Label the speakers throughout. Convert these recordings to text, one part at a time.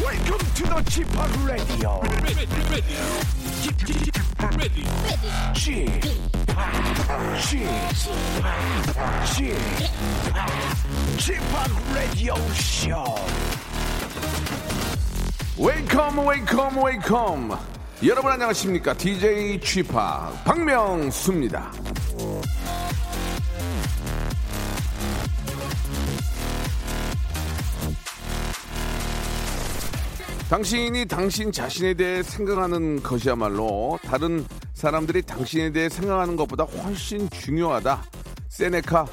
Speaker 1: Welcome to the Chip Radio.
Speaker 2: ready, ready, ready, ready.
Speaker 1: Chip, Chip, Chip, Radio Show.
Speaker 3: 웨이컴 웨이컴 웨이컴 여러분 안녕하십니까 DJ 취파 박명수입니다 당신이 당신 자신에 대해 생각하는 것이야말로 다른 사람들이 당신에 대해 생각하는 것보다 훨씬 중요하다 세네카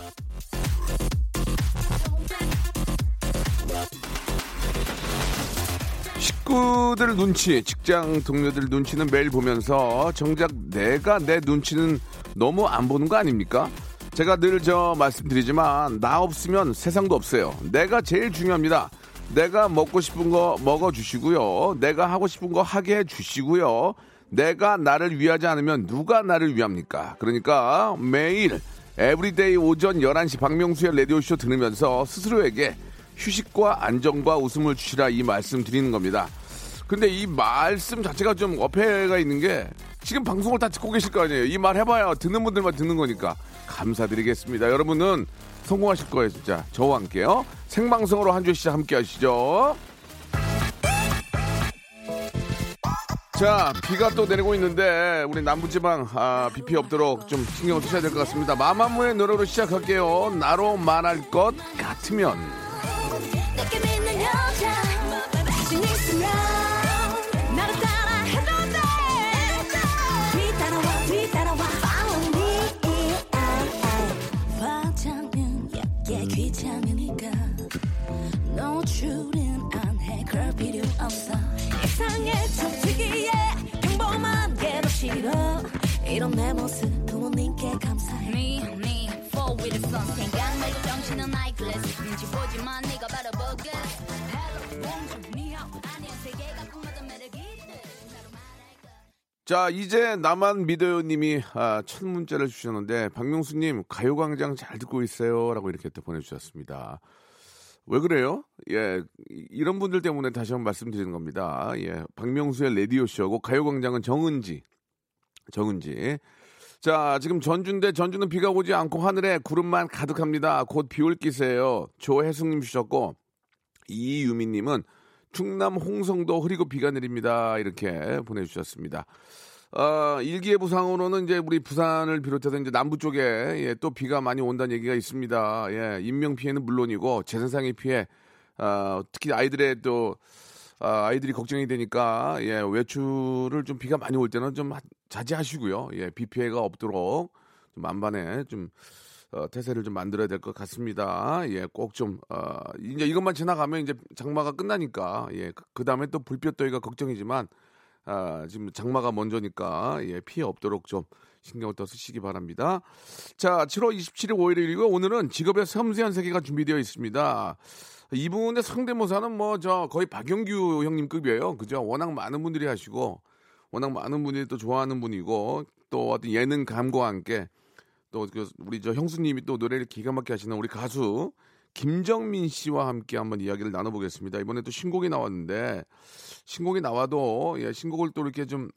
Speaker 3: 식구들 눈치, 직장 동료들 눈치는 매일 보면서 정작 내가 내 눈치는 너무 안 보는 거 아닙니까? 제가 늘 저 말씀드리지만 나 없으면 세상도 없어요. 내가 제일 중요합니다. 내가 먹고 싶은 거 먹어 주시고요. 내가 하고 싶은 거 하게 해 주시고요. 내가 나를 위하지 않으면 누가 나를 위합니까? 그러니까 매일 에브리데이 오전 11시 박명수의 라디오쇼 들으면서 스스로에게 휴식과 안정과 웃음을 주시라 이 말씀 드리는 겁니다. 근데 이 말씀 자체가 좀 어폐가 있는 게 지금 방송을 다 듣고 계실 거 아니에요. 이 말 해봐야 듣는 분들만 듣는 거니까 감사드리겠습니다. 여러분은 성공하실 거예요, 진짜. 저와 함께요. 생방송으로 한 주 시작 함께 하시죠. 자, 비가 또 내리고 있는데 우리 남부지방 아, 비 피해 없도록 좀 신경 을 쓰셔야 될 것 같습니다. 마마무의 노래로 시작할게요. 나로 말할 것 같으면
Speaker 4: 느낌 있는 여자 자신 있으면 나를 따라 해도 돼 뒤따라와 뒤따라와 Follow me 화장은 약해 귀찮으니까 노출은 안해 그럴 필요 없어 이상해 좀 특이해 평범한 게 더 싫어 이런 내 모습 부모님께 감사해
Speaker 5: me, four with a sun. 생각날 정신은 eyeless. 눈치 보지만 네가 바로 보게. Hello, bonjour, ni hao. 아니야, 세계가 꿈마다 매력이 있대. 나로 말할 것.
Speaker 3: 자, 이제 나만 믿어요 님이 아, 첫 문자를 주셨는데 박명수 님 가요광장 잘 듣고 있어요라고 이렇게 또 보내주셨습니다. 왜 그래요? 예, 이- 이런 분들 때문에 다시 한번 말씀드리는 겁니다. 예, 박명수의 라디오 쇼고 가요광장은 정은지, 정은지. 자, 지금 전주인데 전주는 비가 오지 않고 하늘에 구름만 가득합니다. 곧 비올 기세예요. 조혜숙님 주셨고 이유미님은 충남 홍성도 흐리고 비가 내립니다. 이렇게 보내주셨습니다. 어, 일기예보상으로는 이제 우리 부산을 비롯해서 이제 남부 쪽에 예, 또 비가 많이 온다는 얘기가 있습니다. 예, 인명 피해는 물론이고 재산상의 피해, 어, 특히 아이들의 또 아, 아이들이 걱정이 되니까 예, 외출을 좀 비가 많이 올 때는 좀 하- 자제하시고요. 예, 비 피해가 없도록 좀 만반에 좀 어, 태세를 좀 만들어야 될 것 같습니다. 예, 꼭 좀, 어, 이제 이것만 지나가면 이제 장마가 끝나니까, 예, 그 다음에 또 불볕더위가 걱정이지만, 아, 지금 장마가 먼저니까, 예, 피해 없도록 좀 신경을 더 쓰시기 바랍니다. 자, 7월 27일 월요일이고, 오늘은 직업의 섬세한 세계가 준비되어 있습니다. 이분의 상대모사는 뭐, 저, 거의 박영규 형님급이에요. 그죠? 워낙 많은 분들이 하시고, 워낙 많은 분들이 또 좋아하는 분이고, 또 어떤 예능감과 함께, 또그 우리 저 형수님이 또 노래를 기가 막히게 하시는 우리 가수 김정민 씨와 함께 한번 이야기를 나눠보겠습니다. 이번에 또 신곡이 나왔는데 신곡이 나와도 예, 신곡을 또 이렇게 좀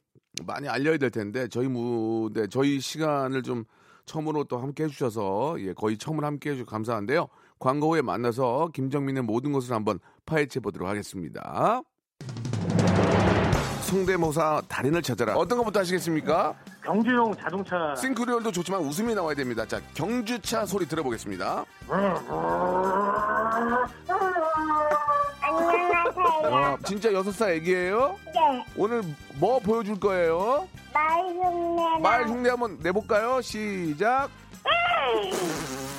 Speaker 3: 많이 알려야 될 텐데 저희 무대 네, 저희 시간을 좀 처음으로 또 함께 해주셔서 예, 거의 처음으로 함께 해주셔서 감사한데요. 광고 후에 만나서 김정민의 모든 것을 한번 파헤쳐 보도록 하겠습니다. 송대모사 달인을 찾아라. 어떤 것부터 하시겠습니까?
Speaker 6: 경주용 자동차
Speaker 3: 싱크리얼도 좋지만 웃음이 나와야 됩니다. 자, 경주차 소리 들어보겠습니다.
Speaker 7: 어.
Speaker 8: 안녕하세요.
Speaker 3: 와, 어, 진짜 여섯 살 애기예요?
Speaker 8: 네,
Speaker 3: 오늘 뭐 보여줄 거예요?
Speaker 8: 말흉내나 네.
Speaker 3: 말 흉내 한번 내볼까요? 시작.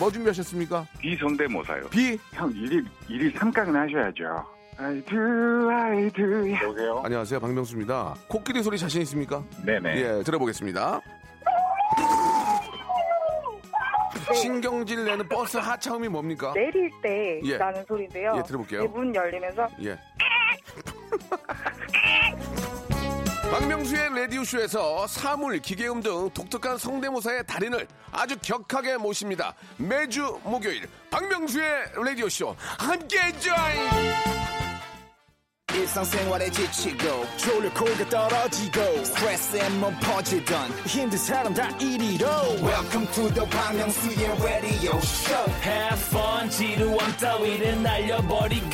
Speaker 3: 뭐 준비하셨습니까?
Speaker 7: 비성대모사요.
Speaker 3: 비.
Speaker 7: 형 일일 일일 삼각은 하셔야죠. I do, I do. 여보세요.
Speaker 3: 안녕하세요, 박명수입니다. 코끼리 소리 자신 있습니까?
Speaker 7: 어? 네네.
Speaker 3: 예, 들어보겠습니다.
Speaker 8: 네.
Speaker 3: 신경질 내는 버스 하차음이 뭡니까?
Speaker 9: 내릴 때
Speaker 3: 예.
Speaker 9: 나는 소리인데요.
Speaker 3: 예, 들어볼게요.
Speaker 9: 예, 문 열리면서
Speaker 3: 예. 박명수의 라디오쇼에서 사물, 기계음 등 독특한 성대모사의 달인을 아주 격하게 모십니다. 매주 목요일 박명수의 라디오쇼 함께해 join!
Speaker 6: 일상생활에 지치고, 졸려 코가 떨어지고, 스트레스에 몸 퍼지던, 힘든 사람 다 이리로. welcome to the Bang Myung-soo's radio show
Speaker 9: Have fun 지루함 따위를 날려버리고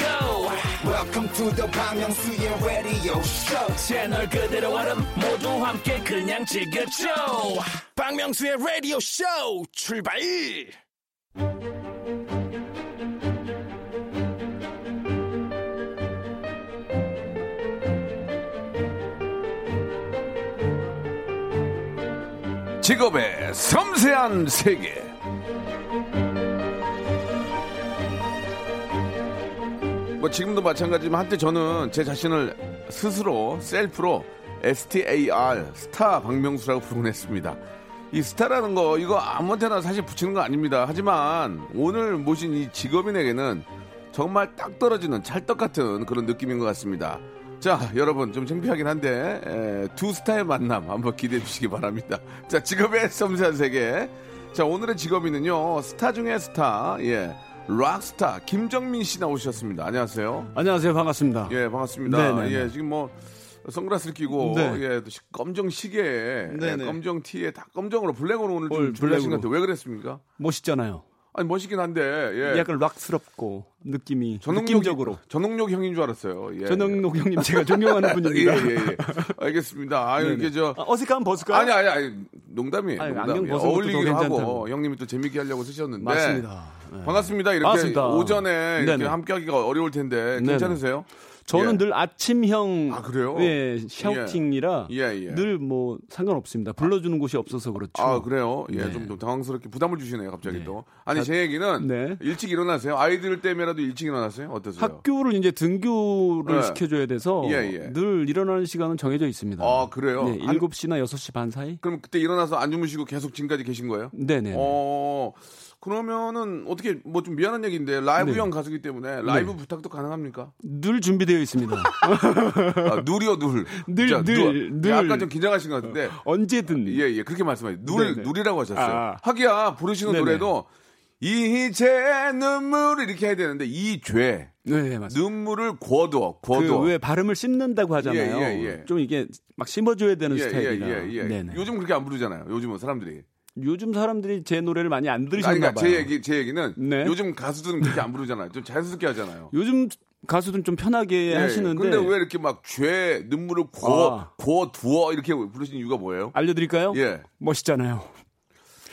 Speaker 6: welcome to the Bang Myung-soo's radio show
Speaker 9: 채널 그대로 얼음 모두 함께 그냥 즐겨줘 박명수의 라디오 쇼 출발
Speaker 3: 직업의 섬세한 세계. 뭐 지금도 마찬가지지만 한때 저는 제 자신을 스스로 셀프로 STAR 스타 박명수라고 부르곤 했습니다. 이 스타라는 거 이거 아무한테나 사실 붙이는 거 아닙니다. 하지만 오늘 모신 이 직업인에게는 정말 딱 떨어지는 찰떡 같은 그런 느낌인 것 같습니다. 자 여러분 좀 창피하긴 한데 에, 두 스타의 만남 한번 기대해 주시기 바랍니다. 자 직업의 섬세한 세계. 자 오늘의 직업인은요 스타 중의 스타 예 락스타 김정민 씨 나오셨습니다. 안녕하세요.
Speaker 10: 안녕하세요. 반갑습니다.
Speaker 3: 예, 반갑습니다.
Speaker 10: 네네네.
Speaker 3: 예, 지금 뭐 선글라스를 끼고
Speaker 10: 네.
Speaker 3: 예, 또 시- 검정 시계에
Speaker 10: 네네.
Speaker 3: 예, 검정 티에 다 검정으로 블랙으로 오늘 좀
Speaker 10: 오늘
Speaker 3: 준비하신 것
Speaker 10: 블랙으로.
Speaker 3: 같아요. 왜 그랬습니까?
Speaker 10: 멋있잖아요.
Speaker 3: 아니 멋있긴 한데 예.
Speaker 10: 약간 락스럽고 느낌이
Speaker 3: 전홍록-
Speaker 10: 느낌적으로.
Speaker 3: 전홍록 형인 줄 알았어요. 예.
Speaker 10: 전홍록 형님 제가 존경하는
Speaker 3: 예,
Speaker 10: 분입니다.
Speaker 3: 예, 예. 알겠습니다. 아, 이게 저
Speaker 10: 아, 어색하면 벗을까요?
Speaker 3: 아니 아니 아니 농담이에요.
Speaker 10: 아니, 안경
Speaker 3: 농담이에요.
Speaker 10: 벗은 것도
Speaker 3: 어울리기도
Speaker 10: 더
Speaker 3: 하고
Speaker 10: 괜찮다고.
Speaker 3: 형님이 또 재밌게 하려고 쓰셨는데
Speaker 10: 맞습니다. 네.
Speaker 3: 반갑습니다. 이렇게
Speaker 10: 반갑습니다.
Speaker 3: 오전에 이렇게
Speaker 10: 네네.
Speaker 3: 함께하기가 어려울 텐데
Speaker 10: 네네.
Speaker 3: 괜찮으세요?
Speaker 10: 저는
Speaker 3: 예.
Speaker 10: 늘 아침형
Speaker 3: 아, 그래요?
Speaker 10: 예, 샤우팅이라
Speaker 3: 예, 예.
Speaker 10: 늘 뭐 상관없습니다. 불러주는 곳이 없어서 그렇죠.
Speaker 3: 아 그래요? 예,
Speaker 10: 네.
Speaker 3: 좀 더 당황스럽게 부담을 주시네요, 갑자기
Speaker 10: 네.
Speaker 3: 또. 아니 제 얘기는
Speaker 10: 네.
Speaker 3: 일찍 일어나세요. 아이들 때문에라도 일찍 일어나세요? 어떠세요?
Speaker 10: 학교를 이제 등교를
Speaker 3: 네.
Speaker 10: 시켜줘야 돼서
Speaker 3: 예, 예.
Speaker 10: 늘 일어나는 시간은 정해져 있습니다.
Speaker 3: 아 그래요?
Speaker 10: 네,
Speaker 3: 한-
Speaker 10: 7시나 6시 반 사이?
Speaker 3: 그럼 그때 일어나서 안 주무시고 계속 지금까지 계신 거예요?
Speaker 10: 네네.
Speaker 3: 어 그러면은 어떻게 뭐 좀 미안한 얘기인데
Speaker 10: 네.
Speaker 3: 라이브형 가수기 때문에 라이브 부탁도 가능합니까?
Speaker 10: 늘 준비되어 있습니다.
Speaker 3: 아, 누리요 눌.
Speaker 10: 늘,
Speaker 3: 자,
Speaker 10: 늘,
Speaker 3: 누워.
Speaker 10: 늘.
Speaker 3: 약간 좀 긴장하신 것 같은데.
Speaker 10: 언제든.
Speaker 3: 예예 그렇게 말씀하세요. 누를
Speaker 10: 음. 네네.
Speaker 3: 누리라고 하셨어요.
Speaker 10: 아.
Speaker 3: 하기야 부르시는
Speaker 10: 네네.
Speaker 3: 노래도 이제 눈물을 이렇게 해야 되는데 이죄
Speaker 10: 네, 맞습니다.
Speaker 3: 눈물을 고도 고도
Speaker 10: 그 왜 발음을 씹는다고 하잖아요.
Speaker 3: 예, 예, 예.
Speaker 10: 좀 이게 막 씹어줘야 되는
Speaker 3: 예,
Speaker 10: 스타일이라.
Speaker 3: 예, 예, 예.
Speaker 10: 네네.
Speaker 3: 요즘 그렇게 안 부르잖아요. 요즘은 사람들이.
Speaker 10: 요즘 사람들이 제 노래를 많이 안
Speaker 3: 아니,
Speaker 10: 들으셨나
Speaker 3: 그러니까
Speaker 10: 봐요.
Speaker 3: 제 얘기 제 얘기는
Speaker 10: 네.
Speaker 3: 요즘 가수들은 그렇게 안 부르잖아요. 좀 자연스럽게 하잖아요.
Speaker 10: 요즘 가수들은 좀 네, 편하게 하시는데
Speaker 3: 예, 근데 왜 이렇게 막 죄 눈물을 고어
Speaker 10: 아.
Speaker 3: 고어 두어 이렇게 부르시는 이유가 뭐예요?
Speaker 10: 알려드릴까요?
Speaker 3: 예.
Speaker 10: 멋있잖아요.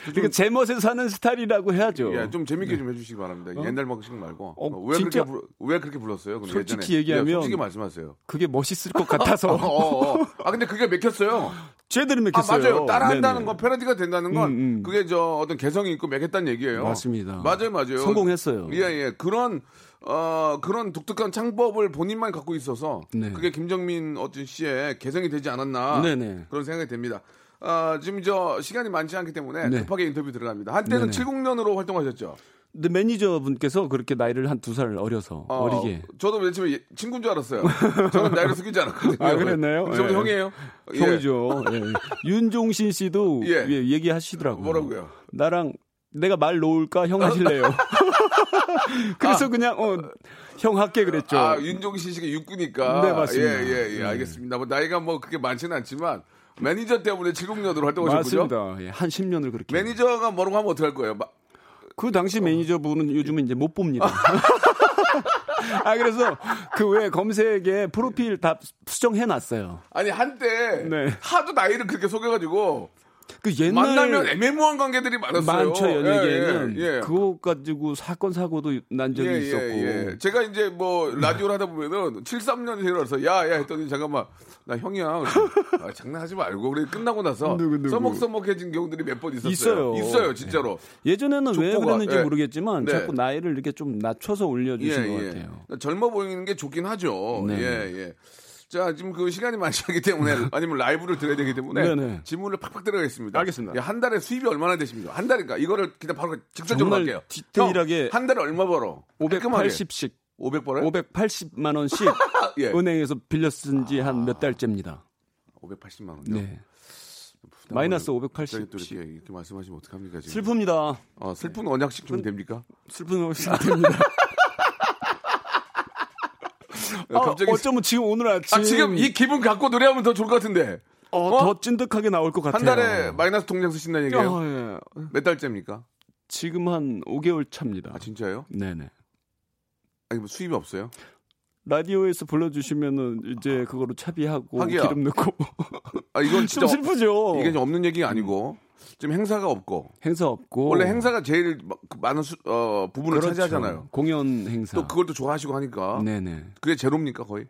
Speaker 10: 그러니까 제멋에 사는 스타일이라고 해야죠.
Speaker 3: 예, 좀 재밌게 좀 해주시기 바랍니다. 옛날 방식 말고
Speaker 10: 네. 어,
Speaker 3: 왜
Speaker 10: 진짜?
Speaker 3: 그렇게 부르, 왜 그렇게 불렀어요? 근데
Speaker 10: 솔직히
Speaker 3: 예전에?
Speaker 10: 얘기하면-
Speaker 3: 예, 솔직히 말씀하세요.
Speaker 10: 그게 멋있을 것 같아서
Speaker 3: 어, 어, 어. 아 근데 그게 맥혔어요.
Speaker 10: 죄들은
Speaker 3: 아
Speaker 10: 맥혔어요.
Speaker 3: 맞아요. 따라한다는
Speaker 10: 네네.
Speaker 3: 건 패러디가 된다는 건
Speaker 10: 음, 음.
Speaker 3: 그게 저 어떤 개성이 있고 매겠다는 얘기예요.
Speaker 10: 맞습니다.
Speaker 3: 맞아요, 맞아요.
Speaker 10: 성공했어요.
Speaker 3: 예예 그런 어 그런 독특한 창법을 본인만 갖고 있어서
Speaker 10: 네.
Speaker 3: 그게 김정민 어떤 씨의 개성이 되지 않았나
Speaker 10: 네네.
Speaker 3: 그런 생각이 됩니다. 아 지금 저 시간이 많지 않기 때문에
Speaker 10: 네.
Speaker 3: 급하게 인터뷰 들어갑니다. 한때는
Speaker 10: 네네.
Speaker 3: 70년으로 활동하셨죠.
Speaker 10: 근데 매니저분께서 그렇게 나이를 한 두 살 어려서
Speaker 3: 어,
Speaker 10: 어, 리게
Speaker 3: 저도 맨 처음에 예- 친구인 줄 알았어요. 저는 나이를 숙이지 않았거든요.
Speaker 10: 아, 그랬나요?
Speaker 3: 저도
Speaker 10: 예.
Speaker 3: 형이에요. 예.
Speaker 10: 형이죠. 예. 윤종신 씨도
Speaker 3: 예.
Speaker 10: 예, 얘기하시더라고요.
Speaker 3: 뭐라고요?
Speaker 10: 나랑 내가 말 놓을까 형 하실래요? 그래서 그냥 어, 형 할게 그랬죠.
Speaker 3: 아, 윤종신 씨가 육구니까.
Speaker 10: 네, 맞습니다.
Speaker 3: 예, 예, 예, 알겠습니다. 뭐, 나이가 뭐 그렇게 많지는 않지만, 매니저 때문에 70년으로 활동하셨군요.
Speaker 10: 맞습니다. 예, 한 10년을 그렇게.
Speaker 3: 매니저가 어. 뭐라고 하면 어떡할 거예요? 마-
Speaker 10: 그 당시 매니저분은 요즘은 이제 못 봅니다.
Speaker 3: 어.
Speaker 10: 아 그래서 그 왜 검색에 프로필 다 수정해 놨어요.
Speaker 3: 아니, 한때
Speaker 10: 네.
Speaker 3: 하도 나이를 그렇게 속여가지고,
Speaker 10: 그 옛날
Speaker 3: 만나면 애매모호한 관계들이 많았어요.
Speaker 10: 많죠 연예계는
Speaker 3: 예, 예, 예.
Speaker 10: 그거 가지고 사건 사고도 난 적이
Speaker 3: 예, 예,
Speaker 10: 있었고
Speaker 3: 예. 제가 이제 뭐 라디오를 하다 보면은 73년에 일어나서 야야 했더니 잠깐만 나 형이야. 그래서, 아, 장난하지 말고 그래 끝나고 나서
Speaker 10: 누구, 누구.
Speaker 3: 써먹써먹해진 경우들이 몇 번 있었어요.
Speaker 10: 있어요.
Speaker 3: 진짜로.
Speaker 10: 예전에는 왜
Speaker 3: 족보가,
Speaker 10: 그랬는지
Speaker 3: 예.
Speaker 10: 모르겠지만
Speaker 3: 네.
Speaker 10: 자꾸 나이를 이렇게 좀 낮춰서 올려주신 네. 것 같아요.
Speaker 3: 예, 젊어 보이는 게 좋긴 하죠.
Speaker 10: 네.
Speaker 3: 예, 예. 자, 지금 그 시간이 많지 않기 때문에 아니면 라이브를 들어야 되기 때문에
Speaker 10: 네, 네.
Speaker 3: 질문을 팍팍 들어가겠습니다.
Speaker 10: 알겠습니다.
Speaker 3: 예, 한 달에 수입이 얼마나 되십니까? 한 달인가? 이거를 그냥 바로 직설적으로
Speaker 10: 정말
Speaker 3: 할게요.
Speaker 10: 디테일하게
Speaker 3: 형, 한 달에 얼마 벌어? 깔끔하게.
Speaker 10: 580씩
Speaker 3: 500 벌어요?
Speaker 10: 580만 원씩
Speaker 3: 네? 예.
Speaker 10: 은행에서 빌려 쓴 지 한 몇 달째입니다.
Speaker 3: 580만 원요.
Speaker 10: 네. 마이너스
Speaker 3: 갑자기 네. 또
Speaker 10: 580씩.
Speaker 3: 이렇게, 이렇게 말씀하시면 어떡합니까 지금?
Speaker 10: 슬픕니다.
Speaker 3: 아, 슬픈
Speaker 10: 음.
Speaker 3: 언약식 좀 됩니까?
Speaker 10: 슬픈 옷이 됩니다.
Speaker 3: 갑자기-
Speaker 10: 아, 어쩌면 지금 오늘 아침
Speaker 3: 아 지금 이 기분 갖고 노래하면 더 좋을 것 같은데
Speaker 10: 어, 더 찐득하게 나올 것 같아요.
Speaker 3: 한 달에 마이너스 통장 쓰신다는 얘기예요?
Speaker 10: 어, 예.
Speaker 3: 몇 달째입니까?
Speaker 10: 지금 한 5개월 차입니다.
Speaker 3: 아 진짜요?
Speaker 10: 네네.
Speaker 3: 아니 뭐 수입이 없어요?
Speaker 10: 라디오에서 불러주시면은 이제 그거로 차비하고
Speaker 3: 하기야.
Speaker 10: 기름 넣고
Speaker 3: 아 이건 진짜
Speaker 10: 좀 슬프죠.
Speaker 3: 이게 좀 없는 얘기가 아니고 지금 행사가 없고
Speaker 10: 행사 없고
Speaker 3: 원래 행사가 제일 마- 그 많은 수- 어, 부분을
Speaker 10: 그렇죠.
Speaker 3: 차지하잖아요.
Speaker 10: 공연 행사.
Speaker 3: 또 그걸 또 좋아하시고 하니까
Speaker 10: 네네
Speaker 3: 그게 제로입니까 거의?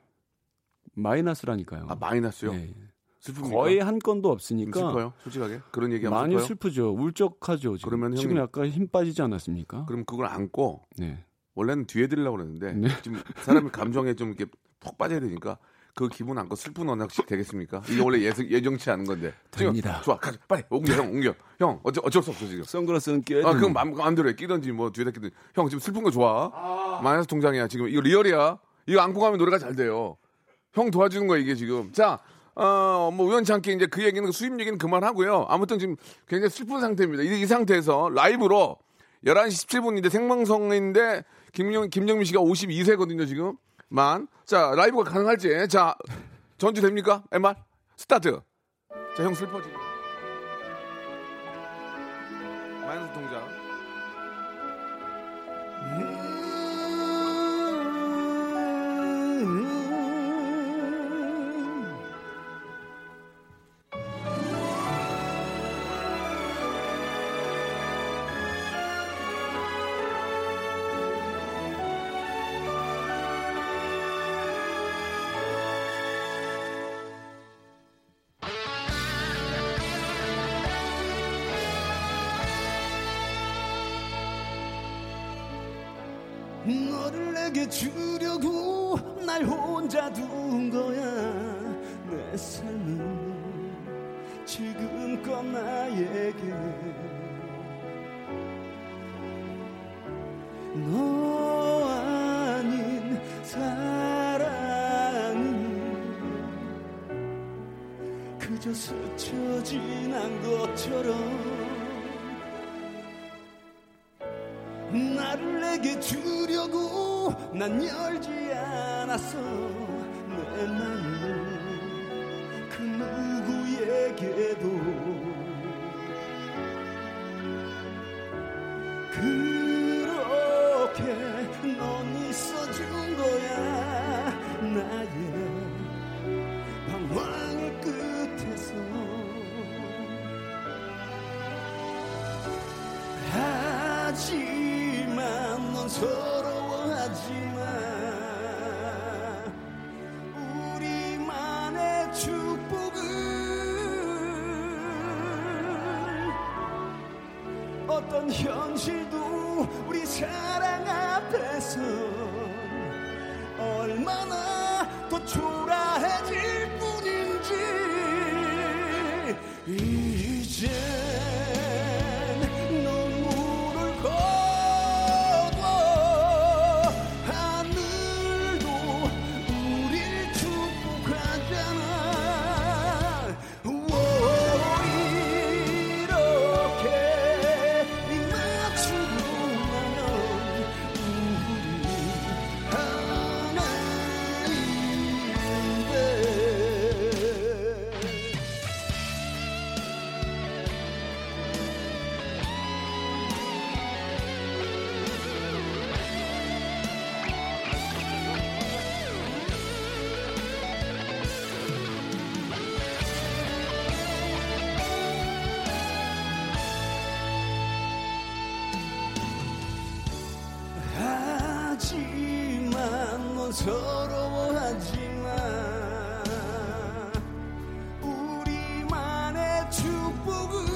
Speaker 10: 마이너스라니까요.
Speaker 3: 아 마이너스요? 그러니까.
Speaker 10: 네.
Speaker 3: 슬픕니까?
Speaker 10: 거의 한 건도
Speaker 3: 좀
Speaker 10: 없으니까
Speaker 3: 슬퍼요? 솔직하게 그런 얘기하면
Speaker 10: 많이
Speaker 3: 슬퍼요?
Speaker 10: 슬프죠. 울적하죠. 지금
Speaker 3: 그러면
Speaker 10: 지금
Speaker 3: 형님-
Speaker 10: 약간 힘 빠지지 않았습니까?
Speaker 3: 그럼 그걸 안고
Speaker 10: 네.
Speaker 3: 원래는 뒤에 드리려고 그랬는데
Speaker 10: 네.
Speaker 3: 지금 사람이 감정에 좀 이렇게 푹 빠져야 되니까 그 기분 안고 슬픈 언어식 되겠습니까? 이게 원래 예정치 않은 건데. 지금
Speaker 10: 됩니다.
Speaker 3: 좋아, 가, 빨리 옮겨, 형 옮겨. 형 어쩔, 어쩔 수 없어 지금.
Speaker 10: 선글라스는 껴야
Speaker 3: 아,
Speaker 10: 되는데.
Speaker 3: 그럼 맘, 마음대로 해. 끼든지 뭐 뒤에다 끼든지. 형 지금 슬픈 거 좋아. 마이너스 통장이야 지금. 이거 리얼이야. 이거 안고 가면 노래가 잘 돼요. 형 도와주는 거야 이게 지금. 자, 어, 뭐 우연찮게 이제 그 얘기는 그 수입 얘기는 그만하고요. 아무튼 지금 굉장히 슬픈 상태입니다. 이, 이 상태에서 라이브로 11시 17분인데 생방송인데 김영 김영민 씨가 52세거든요 지금. 만. 자, 라이브가 가능할지. 자, 전주 됩니까? MR 스타트. 자, 형 슬퍼 지금. 마이너스 통장.
Speaker 11: 너를 내게 주려고 날 혼자 둔 거야 내 삶은 지금껏 나에게 너 아닌 사랑은 그저 스쳐 지난 것처럼 나를 내게 주려고 난 열지 않았어 내 마음 그 누구에게도 그렇게 넌 있어준 거야 나의 방황의 끝에서 하지만 넌 서러워하지 마 우리만의 축복은 어떤 현실도 우리 사랑 앞에서 얼마나 더 초라해질 뿐인지 이젠 눈물을 거둬 하늘도 우릴 축복하잖아 오, 이렇게 맞추고 나면 우리 하나인데 하지만 뭐 넌 서러워하지마 우리만의 축복은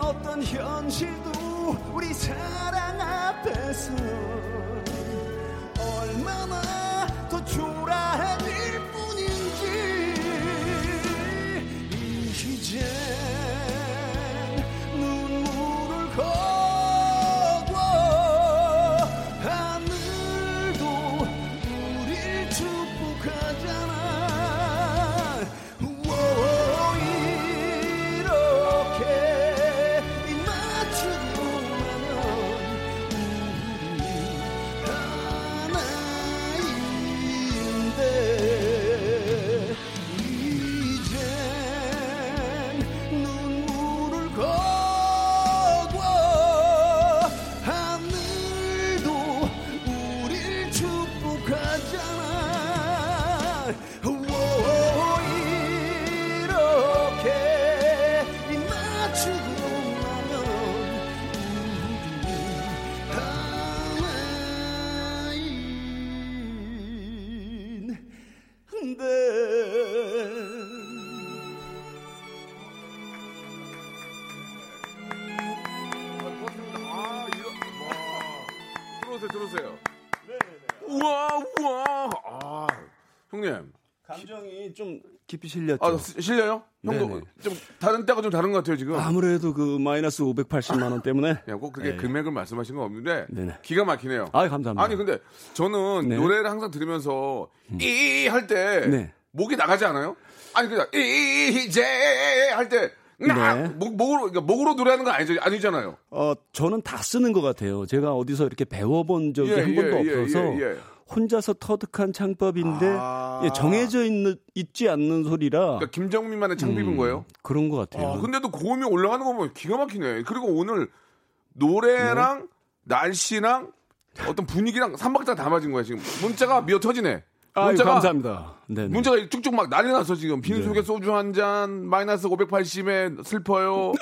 Speaker 11: 어떤 현실도 우리 사랑 앞에서 얼마나 더 초라해질 뿐인지 이젠 눈물을 거둬 하늘도 우릴 축복하잖아 오, 이렇게 맞추고 나면 우리
Speaker 3: 우와. 아, 형님.
Speaker 10: 감정이 좀 깊이 실렸죠.
Speaker 3: 아, 시- 실려요? 형도
Speaker 10: 네네.
Speaker 3: 좀 다른 때가 좀 다른 것 같아요, 지금.
Speaker 10: 아무래도 그 마이너스 580만 원 때문에
Speaker 3: 야, 꼭 그렇게
Speaker 10: 예.
Speaker 3: 금액을 말씀하신 건 없는데
Speaker 10: 네네.
Speaker 3: 기가 막히네요.
Speaker 10: 아, 감사합니다.
Speaker 3: 니 근데 저는
Speaker 10: 네. 음.
Speaker 3: 노래를 항상 들으면서 이 할 때
Speaker 10: 네.
Speaker 3: 목이 나가지 않아요? 아니 그냥 이제
Speaker 10: 네.
Speaker 3: 할때나목 목으로 그러니까 목으로 노래하는 건 아니죠 아니잖아요.
Speaker 10: 어 저는 다 쓰는 것 같아요. 제가 어디서 이렇게 배워본 적이
Speaker 3: 예,
Speaker 10: 한
Speaker 3: 예,
Speaker 10: 번도
Speaker 3: 예,
Speaker 10: 없어서
Speaker 3: 예, 예.
Speaker 10: 혼자서 터득한 창법인데
Speaker 3: 아.
Speaker 10: 예, 정해져 있는 있지 않는 소리라
Speaker 3: 그러니까 김정민만의
Speaker 10: 음.
Speaker 3: 창비인 거예요.
Speaker 10: 그런 것 같아요.
Speaker 3: 아, 근데도 고음이 올라가는 거 보면 기가 막히네. 그리고 오늘
Speaker 10: 네.
Speaker 3: 노래랑 날씨랑 어떤 분위기랑 삼박자 다 맞은 거야 지금. 문자가 미어 터지네.
Speaker 10: 아유,
Speaker 3: 문자가
Speaker 10: 감사합니다. 네, 네.
Speaker 3: 문자가 쭉쭉 막 난리 났어 지금 빈속에 소주 한 잔 마이너스 580에 슬퍼요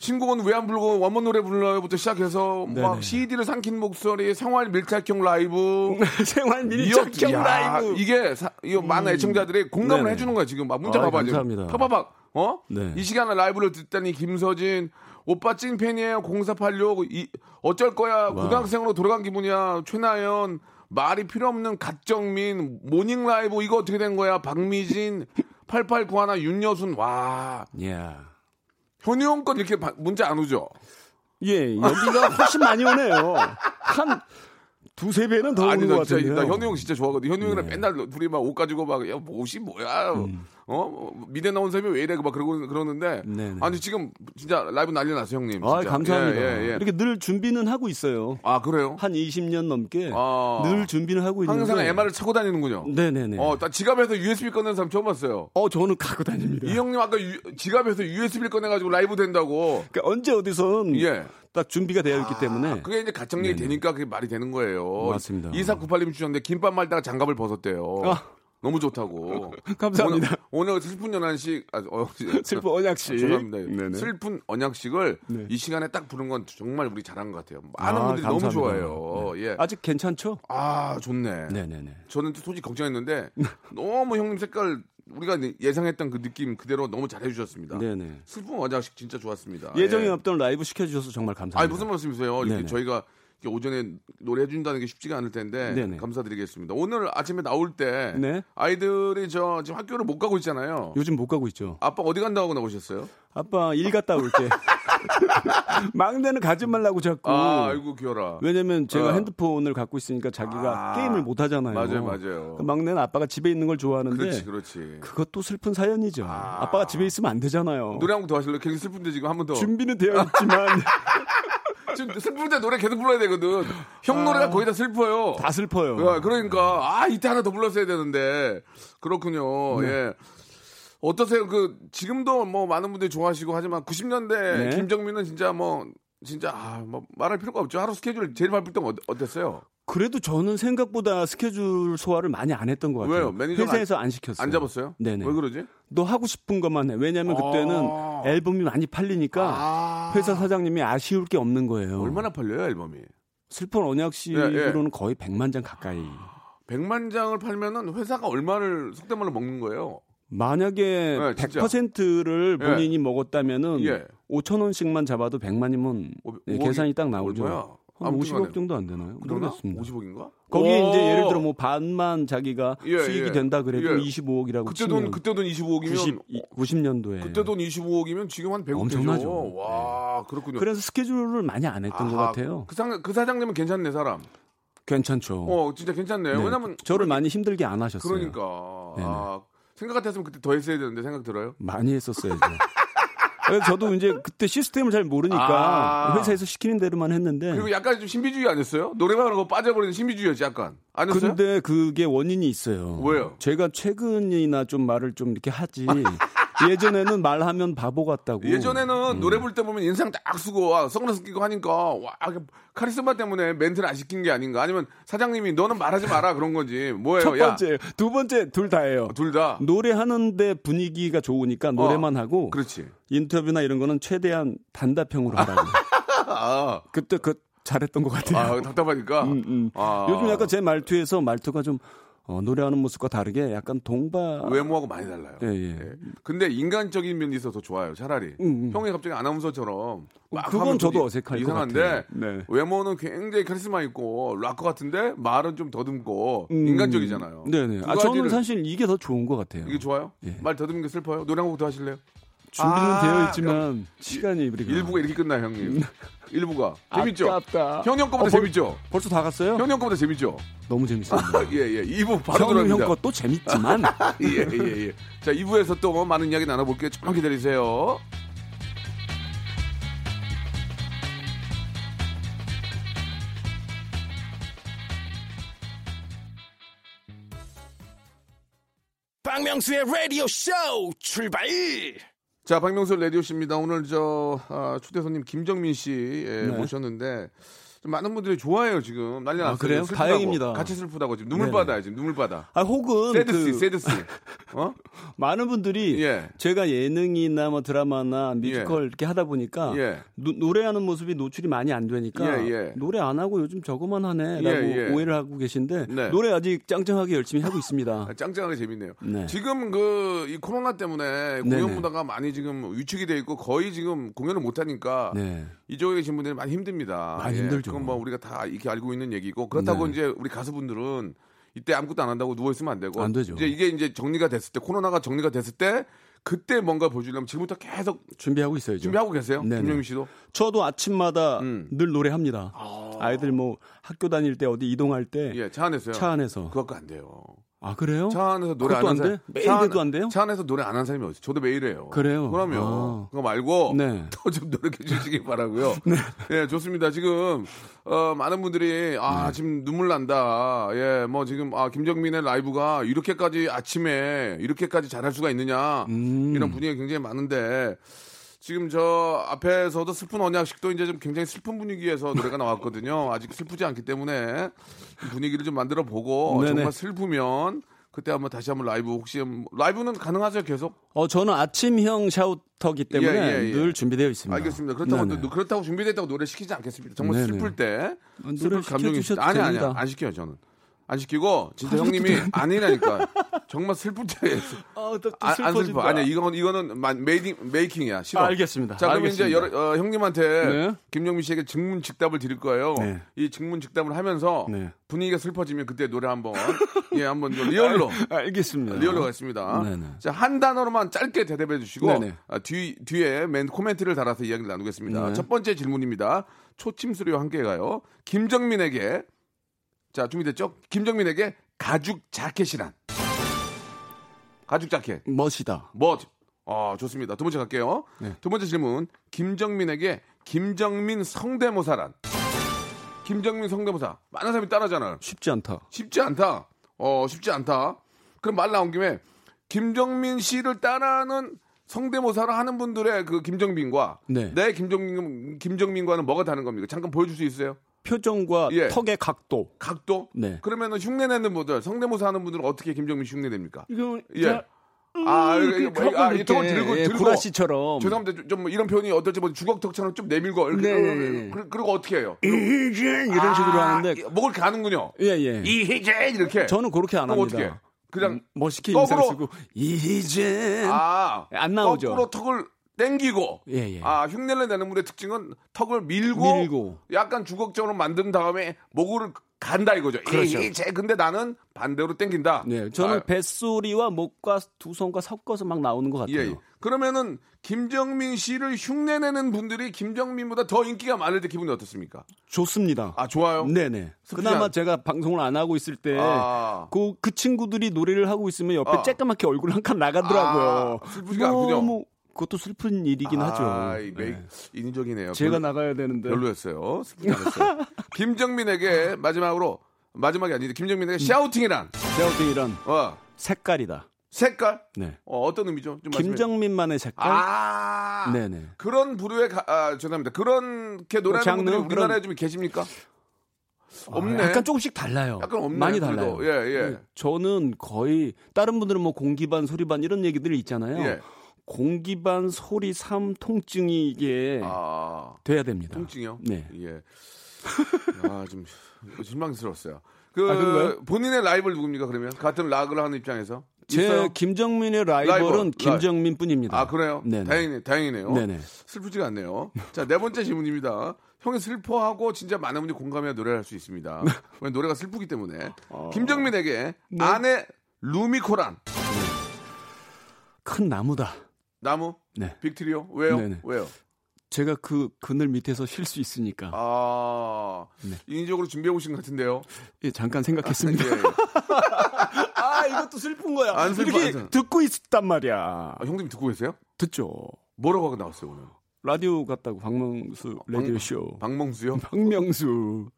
Speaker 3: 신곡은 왜 안 불고 원본 노래 불러요부터 시작해서 막
Speaker 10: 네네.
Speaker 3: CD를 삼킨 목소리 생활 밀착형 라이브
Speaker 10: 생활
Speaker 3: 이어-
Speaker 10: 밀착형
Speaker 3: 야,
Speaker 10: 라이브 음.
Speaker 3: 이게 사- 이거 많은 애청자들이 공감을
Speaker 10: 네네.
Speaker 3: 해주는 거야 지금 막 문자
Speaker 10: 아이,
Speaker 3: 봐봐 지금
Speaker 10: 감사합니다.
Speaker 3: 펴봐봐 어?
Speaker 10: 네.
Speaker 3: 이 시간에 라이브를 듣다니 김서진 오빠 찐팬이에요 0486 이, 어쩔 거야 고등학생으로 돌아간 기분이야 최나연 말이 필요 없는 갓정민 모닝 라이브 이거 어떻게 된 거야 박미진 8891 윤여순 와
Speaker 10: 야.
Speaker 3: 현우 형건 이렇게 바- 문자 안 오죠
Speaker 10: 예, 여기가 훨씬 많이 오네요. 한 두세 배는 더
Speaker 3: 아니
Speaker 10: 오는 것
Speaker 3: 나 진짜
Speaker 10: 같은데요. 네.
Speaker 3: 나 현우 형 진짜 좋아하거든. 현우 형이랑 맨날 둘이 막 옷 가지고 막야 옷이 뭐야? 어 뭐, 미대 나온 사람이 왜 이래? 막 그러고 그러는데
Speaker 10: 음. 네네.
Speaker 3: 아니 지금 진짜 라이브 난리 났어 형님.
Speaker 10: 아,
Speaker 3: 진짜.
Speaker 10: 감사합니다.
Speaker 3: 예, 예, 예.
Speaker 10: 이렇게 늘 준비는 하고 있어요.
Speaker 3: 아 그래요?
Speaker 10: 한 20년 넘게
Speaker 3: 아.
Speaker 10: 늘 준비는 하고 있는데
Speaker 3: 항상 MR을 차고 다니는군요.
Speaker 10: 네네네. 어,
Speaker 3: 어, 나 지갑에서 USB 꺼내는 사람 처음 봤어요.
Speaker 10: 저는 갖고 다닙니다.
Speaker 3: 이 형님 아까 유- 지갑에서 USB를 꺼내가지고 라이브 된다고.
Speaker 10: 그러니까 언제 어디선
Speaker 3: 예. 아,
Speaker 10: 딱 준비가 되어 있기 때문에
Speaker 3: 그게 이제 가창력이 되니까 그게 말이 되는 거예요.
Speaker 10: 네. 맞습니다.
Speaker 3: 2498님 주셨는데 김밥 말다가 장갑을 벗었대요.
Speaker 10: 아.
Speaker 3: 너무 좋다고.
Speaker 10: 감사합니다.
Speaker 3: 오늘, 오늘 슬픈 연한식, 아, 어,
Speaker 10: 슬픈 언약식.
Speaker 3: 아, 죄송합니다.
Speaker 10: 네네.
Speaker 3: 슬픈 언약식을
Speaker 10: 네.
Speaker 3: 이 시간에 딱 부른 건 정말 우리 잘한 것 같아요. 많은
Speaker 10: 아,
Speaker 3: 분들이
Speaker 10: 감사합니다.
Speaker 3: 너무
Speaker 10: 네.
Speaker 3: 좋아해요. 예.
Speaker 10: 아직 괜찮죠?
Speaker 3: 아, 좋네.
Speaker 10: 네네네. 네.
Speaker 3: 저는 솔직히 걱정했는데 너무 형님 색깔 우리가 예상했던 그 느낌 그대로 너무 잘해주셨습니다.
Speaker 10: 네네.
Speaker 3: 슬픈 언약식 진짜 좋았습니다.
Speaker 10: 예정이
Speaker 3: 아. 예.
Speaker 10: 없던 라이브 시켜주셔서 정말 감사합니다.
Speaker 3: 아니 무슨 말씀이세요? 이렇게
Speaker 10: 네네.
Speaker 3: 저희가 이렇게 오전에 노래 해준다는 게 쉽지가 않을 텐데
Speaker 10: 네네.
Speaker 3: 감사드리겠습니다. 오늘 아침에 나올 때
Speaker 10: 네.
Speaker 3: 아이들이 저 지금 학교를 못 가고 있잖아요.
Speaker 10: 요즘 못 가고 있죠.
Speaker 3: 아빠 어디 간다고 나오셨어요?
Speaker 10: 아빠 일 갔다 올게. 막내는 가지 말라고 자꾸.
Speaker 3: 아, 아이고 귀여라.
Speaker 10: 그 왜냐면 제가
Speaker 3: 어.
Speaker 10: 핸드폰을 갖고 있으니까 자기가
Speaker 3: 아,
Speaker 10: 게임을 못 하잖아요.
Speaker 3: 맞아요, 맞아요.
Speaker 10: 그 막내는 아빠가 집에 있는 걸 좋아하는데
Speaker 3: 그렇지, 그렇지.
Speaker 10: 것도 슬픈 사연이죠.
Speaker 3: 아.
Speaker 10: 아... 빠가 집에 있으면 안 되잖아요.
Speaker 3: 노래 한 곡 더 하실래요? 굉장히 슬픈데 지금 한 번 더.
Speaker 10: 준비는 되어 있지만
Speaker 3: 지금 슬픈데 노래 계속 불러야 되거든. 형
Speaker 10: 아.
Speaker 3: 노래가 거의 다 슬퍼요.
Speaker 10: 다 슬퍼요.
Speaker 3: 야, 그러니까 아 이때 하나 더 불렀어야 되는데 그렇군요.
Speaker 10: 네.
Speaker 3: 예. 어떠세요? 그 지금도 뭐 많은 분들이 좋아하시고 하지만 90년대
Speaker 10: 네.
Speaker 3: 김정민은 진짜 뭐 진짜 아, 뭐 말할 필요가 없죠. 하루 스케줄 제일 바쁠 때 어, 어땠어요?
Speaker 10: 그래도 저는 생각보다 스케줄 소화를 많이 안 했던 것 같아요.
Speaker 3: 왜요? 매니저가
Speaker 10: 회사에서 안, 시켰어요.
Speaker 3: 안 잡았어요?
Speaker 10: 네네.
Speaker 3: 왜 그러지?
Speaker 10: 너 하고 싶은 것만 해. 왜냐하면 그때는
Speaker 3: 아.
Speaker 10: 앨범이 많이 팔리니까 그러니까 회사 사장님이 아쉬울 게 없는 거예요.
Speaker 3: 얼마나 팔려요 앨범이?
Speaker 10: 슬픈 언약식으로는
Speaker 3: 예, 예.
Speaker 10: 거의 100만 장 가까이.
Speaker 3: 100만 장을 팔면은 회사가 얼마를 속된 말로 먹는 거예요?
Speaker 10: 만약에
Speaker 3: 네, 진짜.
Speaker 10: 100%를
Speaker 3: 예.
Speaker 10: 본인이 먹었다면은
Speaker 3: 예.
Speaker 10: 5천 원씩만 잡아도 100만이면
Speaker 3: 오- 오억이-
Speaker 10: 음. 네, 계산이 딱 나오죠.
Speaker 3: 얼마야?
Speaker 10: 한
Speaker 3: 아무튼
Speaker 10: 50억
Speaker 3: 간에.
Speaker 10: 정도 안 되나요?
Speaker 3: 그러나
Speaker 10: 모르겠습니다.
Speaker 3: 50억인가?
Speaker 10: 거기에 이제 예를 들어 뭐 반만 자기가
Speaker 3: 예,
Speaker 10: 수익이
Speaker 3: 예.
Speaker 10: 된다 그래도
Speaker 3: 예.
Speaker 10: 25억이라고
Speaker 3: 그때
Speaker 10: 치면
Speaker 3: 돈 그때 돈 25억이면
Speaker 10: 90, 90년도에
Speaker 3: 그때 돈 25억이면 지금 한 100억 되죠.
Speaker 10: 네. 엄청나죠. 네.
Speaker 3: 와 그렇군요.
Speaker 10: 그래서 스케줄을 많이 안 했던 것
Speaker 3: 아하,
Speaker 10: 같아요.
Speaker 3: 그, 상, 그 사장님은 괜찮네 사람.
Speaker 10: 괜찮죠.
Speaker 3: 어 진짜 괜찮네요.
Speaker 10: 네.
Speaker 3: 왜냐면
Speaker 10: 저를 많이 힘들게 안 하셨어요.
Speaker 3: 그러니까
Speaker 10: 네네.
Speaker 3: 아, 생각 같았으면 그때 더 했어야 되는데 생각 들어요.
Speaker 10: 많이 했었어야죠. 그래서 저도 이제 그때 시스템을 잘 모르니까
Speaker 3: 아.
Speaker 10: 회사에서 시키는 대로만 했는데
Speaker 3: 그리고 약간 좀 신비주의 아니었어요? 노래방으로 그거 빠져버리는 신비주의였지 약간. 아니었어요?
Speaker 10: 근데 그게 원인이 있어요.
Speaker 3: 왜요?
Speaker 10: 제가 최근이나 좀 말을 좀 이렇게 하지. 예전에는 말하면 바보 같다고. 음.
Speaker 3: 예전에는 노래 부를 때 보면 인상 딱 쓰고 와, 선글라스 끼고 하니까 와 이게 카리스마 때문에 멘트를 안 시킨 게 아닌가? 아니면 사장님이 너는 말하지 마라 그런 건지 뭐예요?
Speaker 10: 첫 번째, 두 번째 둘 다예요.
Speaker 3: 야둘 다.
Speaker 10: 노래하는데 분위기가 좋으니까 노래만
Speaker 3: 어,
Speaker 10: 하고
Speaker 3: 그렇지.
Speaker 10: 인터뷰나 이런 거는 최대한 단답형으로 하라고.
Speaker 3: 아,
Speaker 10: 그때 그 잘했던 것 같아요.
Speaker 3: 아, 답답하니까.
Speaker 10: 음, 음.
Speaker 3: 아.
Speaker 10: 요즘 약간 제 말투에서 말투가 좀 어, 노래하는 모습과 다르게 약간 동바
Speaker 3: 외모하고 많이 달라요.
Speaker 10: 예, 예.
Speaker 3: 예. 근데 인간적인 면이 있어서 더 좋아요. 차라리 형이 갑자기 아나운서처럼 막
Speaker 10: 음, 그건
Speaker 3: 하면
Speaker 10: 저도
Speaker 3: 좀
Speaker 10: 어색할 것
Speaker 3: 이상한데
Speaker 10: 같아요. 네.
Speaker 3: 외모는 굉장히 카리스마 있고 락커 같은데 말은 좀 더듬고 인간적이잖아요.
Speaker 10: 음. 네네.
Speaker 3: 두
Speaker 10: 아, 저는
Speaker 3: 가지를-
Speaker 10: 사실 예. 이게 더 좋은 것 같아요.
Speaker 3: 이게 좋아요? 말 더듬는 게 슬퍼요? 노래 한 곡 더 하실래요?
Speaker 10: 준비는
Speaker 3: 아,
Speaker 10: 되어 있지만 시간이 우리가 음.
Speaker 3: 일부가 이렇게 끝나 요 형님. 일부가 재밌죠?
Speaker 10: 아깝다.
Speaker 3: 현이 형 거보다
Speaker 10: 어, 벌-
Speaker 3: 재밌죠?
Speaker 10: 벌써 다 갔어요?
Speaker 3: 현이 형 거보다 재밌죠?
Speaker 10: 너무 재밌었는데.
Speaker 3: 예예. 2부 바로
Speaker 10: 아, 네. 형님
Speaker 3: 돌아옵니다.
Speaker 10: 형것도 재밌지만
Speaker 3: 예예예. 자 2부에서 또 많은 이야기 나눠볼게요. 조금 기다리세요.
Speaker 9: 박명수의 라디오 쇼 출발!
Speaker 3: 자, 박명수 라디오 씨입니다. 오늘 저 아, 초대 손님 김정민 씨 예,
Speaker 10: 네.
Speaker 3: 모셨는데 좀 많은 분들이 좋아해요 지금 난리 났어요.
Speaker 10: 그래요?
Speaker 3: 슬프다고.
Speaker 10: 다행입니다.
Speaker 3: 같이 슬프다고 지금 눈물
Speaker 10: 네네.
Speaker 3: 받아요 지금 눈물 받아.
Speaker 10: 아 혹은
Speaker 3: 세드
Speaker 10: 그
Speaker 3: 씨, 세드 씨. 어?
Speaker 10: 많은 분들이
Speaker 3: 예.
Speaker 10: 제가 예능이나 뭐 드라마나 뮤지컬 이렇게 하다 보니까
Speaker 3: 예.
Speaker 10: 노, 노래하는 모습이 노출이 많이 안 되니까
Speaker 3: 예, 예.
Speaker 10: 노래 안 하고 요즘 저거만 하네라고
Speaker 3: 예, 예.
Speaker 10: 오해를 하고 계신데
Speaker 3: 네.
Speaker 10: 노래 아직 짱짱하게 열심히 하고 있습니다.
Speaker 3: 아, 짱짱하게 재밌네요.
Speaker 10: 네.
Speaker 3: 지금 그 이 코로나 때문에
Speaker 10: 네네.
Speaker 3: 공연 무대가 많이 지금 위축이 돼 있고 거의 지금 공연을 못 하니까
Speaker 10: 네.
Speaker 3: 이쪽에 계신 분들이 많이 힘듭니다.
Speaker 10: 많이 힘들죠.
Speaker 3: 그건 뭐 우리가 다 이렇게 알고 있는 얘기고 그렇다고
Speaker 10: 네.
Speaker 3: 이제 우리 가수분들은 이때 아무것도 안 한다고 누워 있으면 안 되고
Speaker 10: 안 되죠.
Speaker 3: 이제 이게 이제 정리가 됐을 때 코로나가 정리가 됐을 때 그때 뭔가 보여주려면 지금부터 계속
Speaker 10: 준비하고 있어야죠.
Speaker 3: 준비하고 계세요.
Speaker 10: 네. 네네.
Speaker 3: 김영민 씨도
Speaker 10: 저도 아침마다
Speaker 3: 음.
Speaker 10: 늘 노래합니다. 아이들 뭐 학교 다닐 때 어디 이동할 때 네. 차
Speaker 3: 예, 차 안에서요.
Speaker 10: 안에서
Speaker 3: 그거 안 돼요.
Speaker 10: 아 그래요?
Speaker 3: 차 안에서 노래
Speaker 10: 그것도
Speaker 3: 안한
Speaker 10: 안
Speaker 3: 사람
Speaker 10: 돼? 매일 해도 안 돼요?
Speaker 3: 차 안에서 노래 안 한 사람이 어디? 저도 매일 해요.
Speaker 10: 그래요?
Speaker 3: 그러면
Speaker 10: 아.
Speaker 3: 그거 말고
Speaker 10: 네.
Speaker 3: 더 좀 노력해 주시기 바라고요. 네. 예, 좋습니다. 지금 어, 많은 분들이
Speaker 10: 네.
Speaker 3: 아 지금 눈물 난다. 예, 뭐 지금 아 김정민의 라이브가 이렇게까지 아침에 이렇게까지 잘할 수가 있느냐
Speaker 10: 음.
Speaker 3: 이런 분위기 가 굉장히 많은데. 지금 저 앞에서도 슬픈 언약식도 이제 좀 굉장히 슬픈 분위기에서 노래가 나왔거든요. 아직 슬프지 않기 때문에 분위기를 좀 만들어 보고
Speaker 10: 네네.
Speaker 3: 정말 슬프면 그때 한번 다시 한번 라이브 혹시 뭐, 라이브는 가능하세요 계속?
Speaker 10: 어 저는 아침형 샤우터기 때문에
Speaker 3: 예, 예, 예.
Speaker 10: 늘 준비되어 있습니다.
Speaker 3: 알겠습니다. 그렇다고
Speaker 10: 네네.
Speaker 3: 노- 그렇다고 준비됐다고 노래 시키지 않겠습니다. 정말
Speaker 10: 네네.
Speaker 3: 슬플 때
Speaker 10: 아, 노래
Speaker 3: 슬플 감정이 있을 때
Speaker 10: 시켜주셔도
Speaker 3: 아니 아니
Speaker 10: 됩니다.
Speaker 3: 안 시켜요 저는 안 시키고 진짜 형님이 아니라니까 정말 슬플 때
Speaker 10: 아, 또, 또
Speaker 3: 아, 안 슬퍼.
Speaker 10: 슬퍼진다.
Speaker 3: 아니야, 이거는 이거는 마- 메이딩 메이킹이야. 싫어.
Speaker 10: 아, 알겠습니다.
Speaker 3: 자, 그럼
Speaker 10: 알겠습니다.
Speaker 3: 이제 여러, 어, 형님한테
Speaker 10: 네.
Speaker 3: 김영민 씨에게 직문 직답을 드릴 거예요.
Speaker 10: 네.
Speaker 3: 이 직문 직답을 하면서
Speaker 10: 네.
Speaker 3: 분위기가 슬퍼지면 그때 노래 한번 예, 한번 좀 리얼로
Speaker 10: 알겠습니다.
Speaker 3: 리얼로 가겠습니다.
Speaker 10: 어. 네네.
Speaker 3: 자, 한 단어로만 짧게 대답해 주시고
Speaker 10: 네네.
Speaker 3: 아, 뒤 뒤에 맨 코멘트를 달아서 이야기를 나누겠습니다.
Speaker 10: 네.
Speaker 3: 첫 번째 질문입니다. 초침 수리와 함께 가요. 김정민에게 자, 준비됐죠? 김정민에게 가죽 자켓이란 가죽 자켓.
Speaker 10: 멋이다.
Speaker 3: 멋. 아, 좋습니다. 두 번째 갈게요.
Speaker 10: 네.
Speaker 3: 두 번째 질문. 김정민에게 김정민 성대모사란? 김정민 성대모사. 많은 사람이 따라하잖아요.
Speaker 10: 쉽지 않다.
Speaker 3: 쉽지 않다. 어, 쉽지 않다. 그럼 말 나온 김에 김정민 씨를 따라하는 성대모사를 하는 분들의 그 김정민과
Speaker 10: 네.
Speaker 3: 내 김정민 김정민과는 뭐가 다른 겁니까? 잠깐 보여줄 수 있어요?
Speaker 10: 표정과
Speaker 3: 예.
Speaker 10: 턱의 각도.
Speaker 3: 각도?
Speaker 10: 네.
Speaker 3: 그러면은 흉내내는 분들 성대모사 하는 분들은 어떻게 김정민 씨 흉내냅니까?
Speaker 10: 이거
Speaker 3: 예.
Speaker 10: 음,
Speaker 3: 아, 이거,
Speaker 10: 그
Speaker 3: 이거, 이거, 아, 이 턱을 들고 들고
Speaker 10: 예, 구라 씨처럼
Speaker 3: 죄송합니다. 좀- 좀 이런 표현이 어떨지 뭐 주걱턱처럼 좀 내밀고 이렇게
Speaker 10: 네, 네, 네.
Speaker 3: 그리- 그리고 어떻게 해요?
Speaker 10: 이런 식으로 하는데
Speaker 3: 아, 목을 가는군요.
Speaker 10: 예, 예.
Speaker 3: 이희재 이렇게.
Speaker 10: 저는 그렇게 안
Speaker 3: 그럼 어떻게?
Speaker 10: 합니다. 음.
Speaker 3: 해요? 그냥
Speaker 10: 멋있게
Speaker 3: 거꾸로-
Speaker 10: 인사를 쓰고 이제
Speaker 3: 아,
Speaker 10: 안 나오죠.
Speaker 3: 거꾸로 턱을 당기고
Speaker 10: 예, 예.
Speaker 3: 아, 흉내를 내는 분의 특징은 턱을 밀고,
Speaker 10: 밀고.
Speaker 3: 약간 주걱적으로 만든 다음에 목을 간다 이거죠.
Speaker 10: 그렇죠.
Speaker 3: 이희재 근데 나는 반대로 당긴다.
Speaker 10: 네, 저는
Speaker 3: 아,
Speaker 10: 뱃소리와 목과 두 손과 섞어서 막 나오는 것 같아요.
Speaker 3: 예, 예. 그러면은 김정민 씨를 흉내내는 분들이 김정민보다 더 인기가 많을 때 기분이 어떻습니까?
Speaker 10: 좋습니다.
Speaker 3: 아 좋아요.
Speaker 10: 네네.
Speaker 3: 슬프지
Speaker 10: 그나마
Speaker 3: 않-
Speaker 10: 제가 방송을 안 하고 있을 때,
Speaker 3: 아.
Speaker 10: 그, 그 친구들이 노래를 하고 있으면 옆에
Speaker 3: 아.
Speaker 10: 쬐까맣게 얼굴 한 칸 나가더라고요. 뭐
Speaker 3: 아, 슬프지가 않군요.
Speaker 10: 그것도 슬픈 일이긴
Speaker 3: 아,
Speaker 10: 하죠.
Speaker 3: 이 메이,
Speaker 10: 네.
Speaker 3: 인적이네요.
Speaker 10: 제가
Speaker 3: 별로-
Speaker 10: 나가야 되는데.
Speaker 3: 별로였어요. 슬프지 않았어요. 김정민에게 마지막으로 마지막이 아닌데 김정민에게 샤우팅이란
Speaker 10: 샤우팅이란
Speaker 3: 어,
Speaker 10: 색깔이다.
Speaker 3: 색깔
Speaker 10: 네.
Speaker 3: 어, 어떤 의미죠? 좀 말씀해 주세요.
Speaker 10: 김정민만의 색깔.
Speaker 3: 아
Speaker 10: 네네.
Speaker 3: 그런 부류의 가, 아, 죄송합니다. 그렇게 노래하는
Speaker 10: 장르?
Speaker 3: 분들이 우리나라에
Speaker 10: 그런-
Speaker 3: 좀 계십니까?
Speaker 10: 아,
Speaker 3: 없네.
Speaker 10: 약간 조금씩 달라요.
Speaker 3: 약간 없네,
Speaker 10: 많이
Speaker 3: 그래도.
Speaker 10: 달라요.
Speaker 3: 예, 예.
Speaker 10: 네, 저는 거의 다른 분들은 뭐 공기반 소리반 이런 얘기들 있잖아요.
Speaker 3: 예.
Speaker 10: 공기반 소리 삼 통증이 이게
Speaker 3: 아
Speaker 10: 돼야 됩니다.
Speaker 3: 통증이요?
Speaker 10: 네.
Speaker 3: 예. 아 좀 실망스러웠어요. 그
Speaker 10: 아, 그런가요?
Speaker 3: 본인의 라이벌 누굽니까 그러면 같은 락을 하는 입장에서
Speaker 10: 제
Speaker 3: 있어요?
Speaker 10: 김정민의 라이벌은
Speaker 3: 라이벌,
Speaker 10: 김정민뿐입니다.
Speaker 3: 아 그래요?
Speaker 10: 네네.
Speaker 3: 다행이네, 다행이네요.
Speaker 10: 네네.
Speaker 3: 슬프지가 않네요. 자 네 번째 질문입니다. 형이 슬퍼하고 진짜 많은 분이 공감해 노래할 를수 있습니다. 왜 노래가 슬프기 때문에 김정민에게
Speaker 10: 네.
Speaker 3: 아내 루미코란
Speaker 10: 큰 나무다.
Speaker 3: 나무
Speaker 10: 네.
Speaker 3: 빅트리오 왜요?
Speaker 10: 네네.
Speaker 3: 왜요?
Speaker 10: 제가 그 그늘 밑에서 쉴 수 있으니까
Speaker 3: 아
Speaker 10: 네.
Speaker 3: 인위적으로 준비해 오신 것 같은데요.
Speaker 10: 예, 잠깐 생각했습니다.
Speaker 3: 예, 예.
Speaker 10: 아 이것도 슬픈 거야.
Speaker 3: 안 슬퍼,
Speaker 10: 이렇게
Speaker 3: 안 슬퍼.
Speaker 10: 듣고 있었단 말이야.
Speaker 3: 아, 형님 듣고 계세요?
Speaker 10: 듣죠.
Speaker 3: 뭐라고 하고 나왔어요 오늘?
Speaker 10: 라디오 같다고
Speaker 3: 아,
Speaker 10: 박명수 라디오 쇼.
Speaker 3: 박명수요?
Speaker 10: 박명수.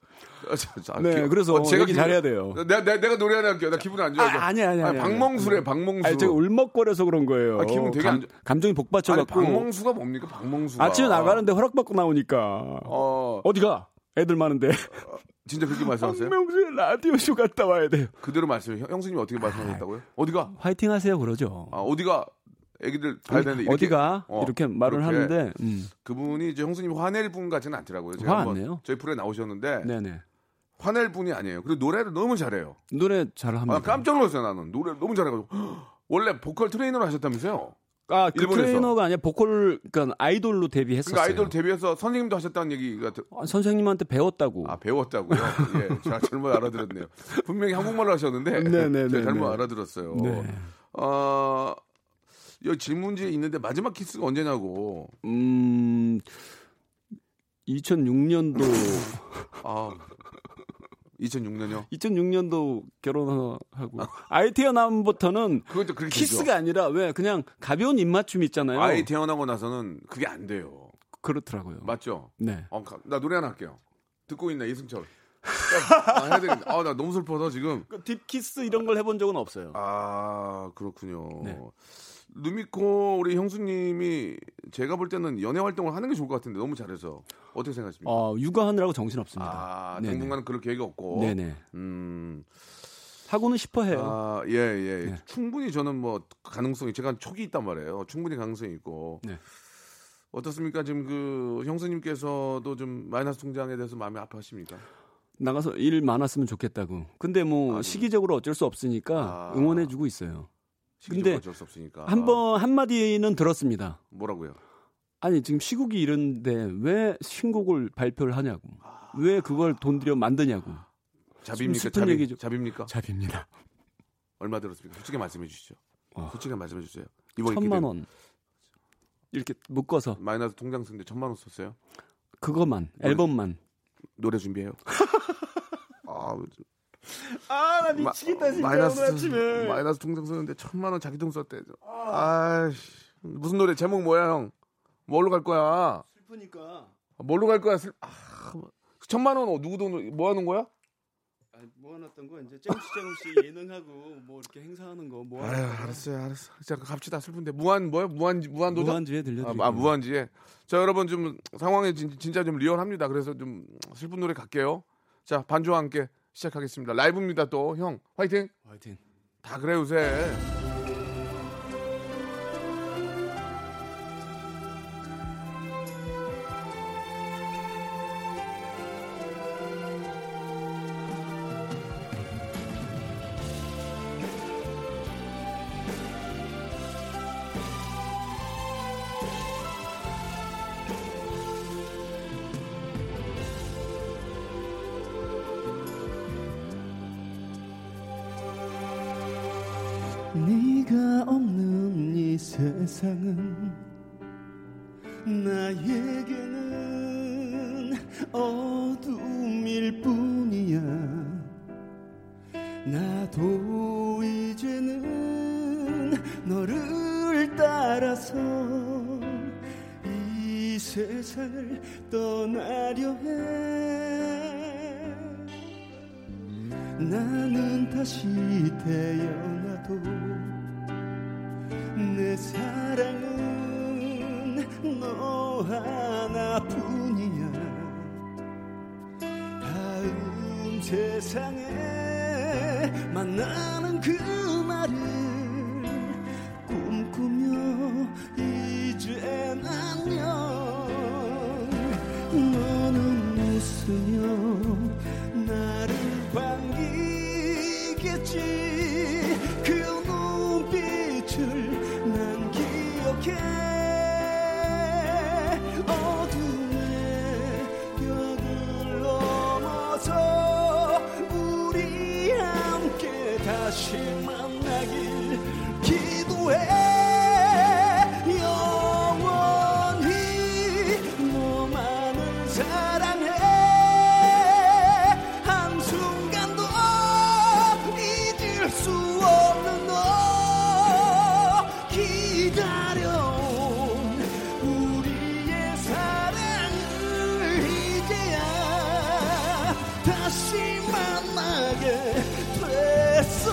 Speaker 3: 아, 저, 저,
Speaker 10: 네,
Speaker 3: 기분- 어,
Speaker 10: 그래서 얘기
Speaker 3: 기분- 어,
Speaker 10: 잘해야 돼요.
Speaker 3: 내가 내가, 내가 노래 하나 할게요. 나 기분 안
Speaker 10: 아,
Speaker 3: 좋아.
Speaker 10: 아니 아니 아니. 아니.
Speaker 3: 박명수래 박명수.
Speaker 10: 아니, 제가 울먹거려서 그런 거예요.
Speaker 3: 아, 기분 되게 안 좋-
Speaker 10: 감정이 복받쳐
Speaker 3: 아니,
Speaker 10: 갖고
Speaker 3: 박명수가 뭡니까? 박명수가.
Speaker 10: 아침에 나가는데 허락받고 나오니까
Speaker 3: 어,
Speaker 10: 어디 가? 애들 많은데.
Speaker 3: 진짜 그렇게 말씀하세요?
Speaker 10: 박명수의 라디오 쇼 갔다 와야 돼요.
Speaker 3: 그대로 말씀해. 형, 형수님 어떻게
Speaker 10: 아,
Speaker 3: 말씀하셨다고요? 어디가?
Speaker 10: 화이팅 하세요 그러죠.
Speaker 3: 아, 어디가? 애기들 봐야 되는데 이렇게-
Speaker 10: 뭐. 어디가
Speaker 3: 어,
Speaker 10: 이렇게 말을
Speaker 3: 그렇게. 네.
Speaker 10: 하는데 음,
Speaker 3: 그분이 이제 형수님 화낼 분 같지는 않더라고요. 제가
Speaker 10: 화안
Speaker 3: 한번
Speaker 10: 내요?
Speaker 3: 저희 프로에 나오셨는데
Speaker 10: 네네
Speaker 3: 화낼 분이 아니에요. 그리고 노래를 너무 잘해요.
Speaker 10: 노래 잘합니다.
Speaker 3: 아, 깜짝 놀랐어요 나는 노래 를 너무 잘해가지고 원래 보컬 트레이너를 하셨다면서요? 그러니까
Speaker 10: 아, 그
Speaker 3: 일본에서.
Speaker 10: 트레이너가 아니라 보컬 그러니까 아이돌로 데뷔했었어요.
Speaker 3: 그러니까 아이돌 데뷔해서 선생님도 하셨다는 얘기가 들-
Speaker 10: 아, 선생님한테 배웠다고.
Speaker 3: 아 배웠다고요? 예, 제가 잘못 알아들었네요. 분명히 한국말로 하셨는데
Speaker 10: 네, 네,
Speaker 3: 제가
Speaker 10: 네,
Speaker 3: 잘못
Speaker 10: 네.
Speaker 3: 알아들었어요.
Speaker 10: 네.
Speaker 3: 어, 여기 질문지에 있는데 마지막 키스가 언제냐고.
Speaker 10: 음. 2006년도
Speaker 3: 아, 2006년요.
Speaker 10: 2006년도 결혼하고 아이 태어남부터는
Speaker 3: 그것도 그렇게
Speaker 10: 키스가 아니라 왜 그냥 가벼운 입맞춤 있잖아요.
Speaker 3: 아이 태어나고 나서는 그게 안 돼요.
Speaker 10: 그렇더라고요.
Speaker 3: 맞죠?
Speaker 10: 네.
Speaker 3: 어, 가- 나 노래 하나 할게요. 듣고 있나 이승철. 아, 해야 되겠네. 아, 나 너무 슬퍼서 지금.
Speaker 10: 그 딥키스 이런 걸 해본 적은 없어요.
Speaker 3: 아 그렇군요.
Speaker 10: 네.
Speaker 3: 루미코 우리 형수님이 제가 볼 때는 연애 활동을 하는 게 좋을 것 같은데 너무 잘해서 어떻게 생각하십니까?
Speaker 10: 어, 육아하느라고 정신 없습니다.
Speaker 3: 아 당분간은 그럴 계획이 없고.
Speaker 10: 네네.
Speaker 3: 음,
Speaker 10: 하고는 싶어 해요.
Speaker 3: 아, 예, 예.
Speaker 10: 네.
Speaker 3: 충분히 저는 뭐 가능성이 제가 촉이 있단 말이에요. 충분히 가능성이 있고.
Speaker 10: 네.
Speaker 3: 어떻습니까? 지금 그 형수님께서도 좀 마이너스 통장에 대해서 마음이 아파하십니까?
Speaker 10: 나가서 일 많았으면 좋겠다고. 근데 뭐
Speaker 3: 아,
Speaker 10: 시기적으로 어쩔 수 없으니까
Speaker 3: 아.
Speaker 10: 응원해주고 있어요.
Speaker 3: 시기적으로
Speaker 10: 근데
Speaker 3: 어쩔 수 없으니까.
Speaker 10: 한 번 한마디는 들었습니다.
Speaker 3: 뭐라고요?
Speaker 10: 아니 지금 시국이 이런데 왜 신곡을 발표를 하냐고.
Speaker 3: 아.
Speaker 10: 왜 그걸 돈 들여 만드냐고.
Speaker 3: 잡입니까?
Speaker 10: 슬픈 얘기죠.
Speaker 3: 잡입, 잡입니까?
Speaker 10: 잡입니다.
Speaker 3: 얼마 들었습니까? 솔직히 말씀해 주시죠.
Speaker 10: 어.
Speaker 3: 솔직히 말씀해 주세요. 뭐 이번
Speaker 10: 천만
Speaker 3: 기대-
Speaker 10: 원. 이렇게 묶어서
Speaker 3: 마이너스 통장 쓰는데 천만 원 썼어요.
Speaker 10: 그것만
Speaker 3: 뭐
Speaker 10: 앨범만.
Speaker 3: 노래 준비해요. 아,
Speaker 10: 아나
Speaker 3: 마- 마이너스 마이너스 통장 쓰는데 천만 원 자기 돈 썼대. 아, 씨 무슨 노래 제목 뭐야 형? 뭘로 갈 거야?
Speaker 10: 슬프니까.
Speaker 3: 뭘로 갈 거야? 슬... 아, 천만 원 어, 누구 돈 뭐 하는 거야?
Speaker 10: 아니 모아놨던 거 이제 잼씨 잼씨 예능하고 뭐 이렇게 행사하는 거
Speaker 3: 아유, 알았어요, 알았어. 자, 갑시다. 슬픈데 무한 뭐야? 무한 무한 도전?
Speaker 10: 무한주에 들려드릴게요.
Speaker 3: 아, 아, 무한지에. 자, 여러분 좀 상황이 진, 진짜 좀 리얼합니다. 그래서 좀 슬픈 노래 갈게요. 자, 반주와 함께 시작하겠습니다. 라이브입니다. 또 형, 화이팅.
Speaker 10: 화이팅.
Speaker 3: 다 그래 요새.
Speaker 11: 네가 없는 이 세상은 나에게는 어둠일 뿐이야 나도 이제는 너를 따라서 이 세상을 떠나려 해 나는 다시 태어나도 내 사랑은 너 하나뿐이야 다음 세상에 만나는 그 말을 꿈꾸며 이젠 안녕 너는 웃으며 나를 반기 있지 그 눈빛을 난 기억해 어둠의 벽을 넘어서 우리 함께 다시 만나길 기도해 영원히 너만을 사랑해 한순간도 잊을 수 없는 너 기다려온 우리의 사랑을 이제야 다시 만나게 됐어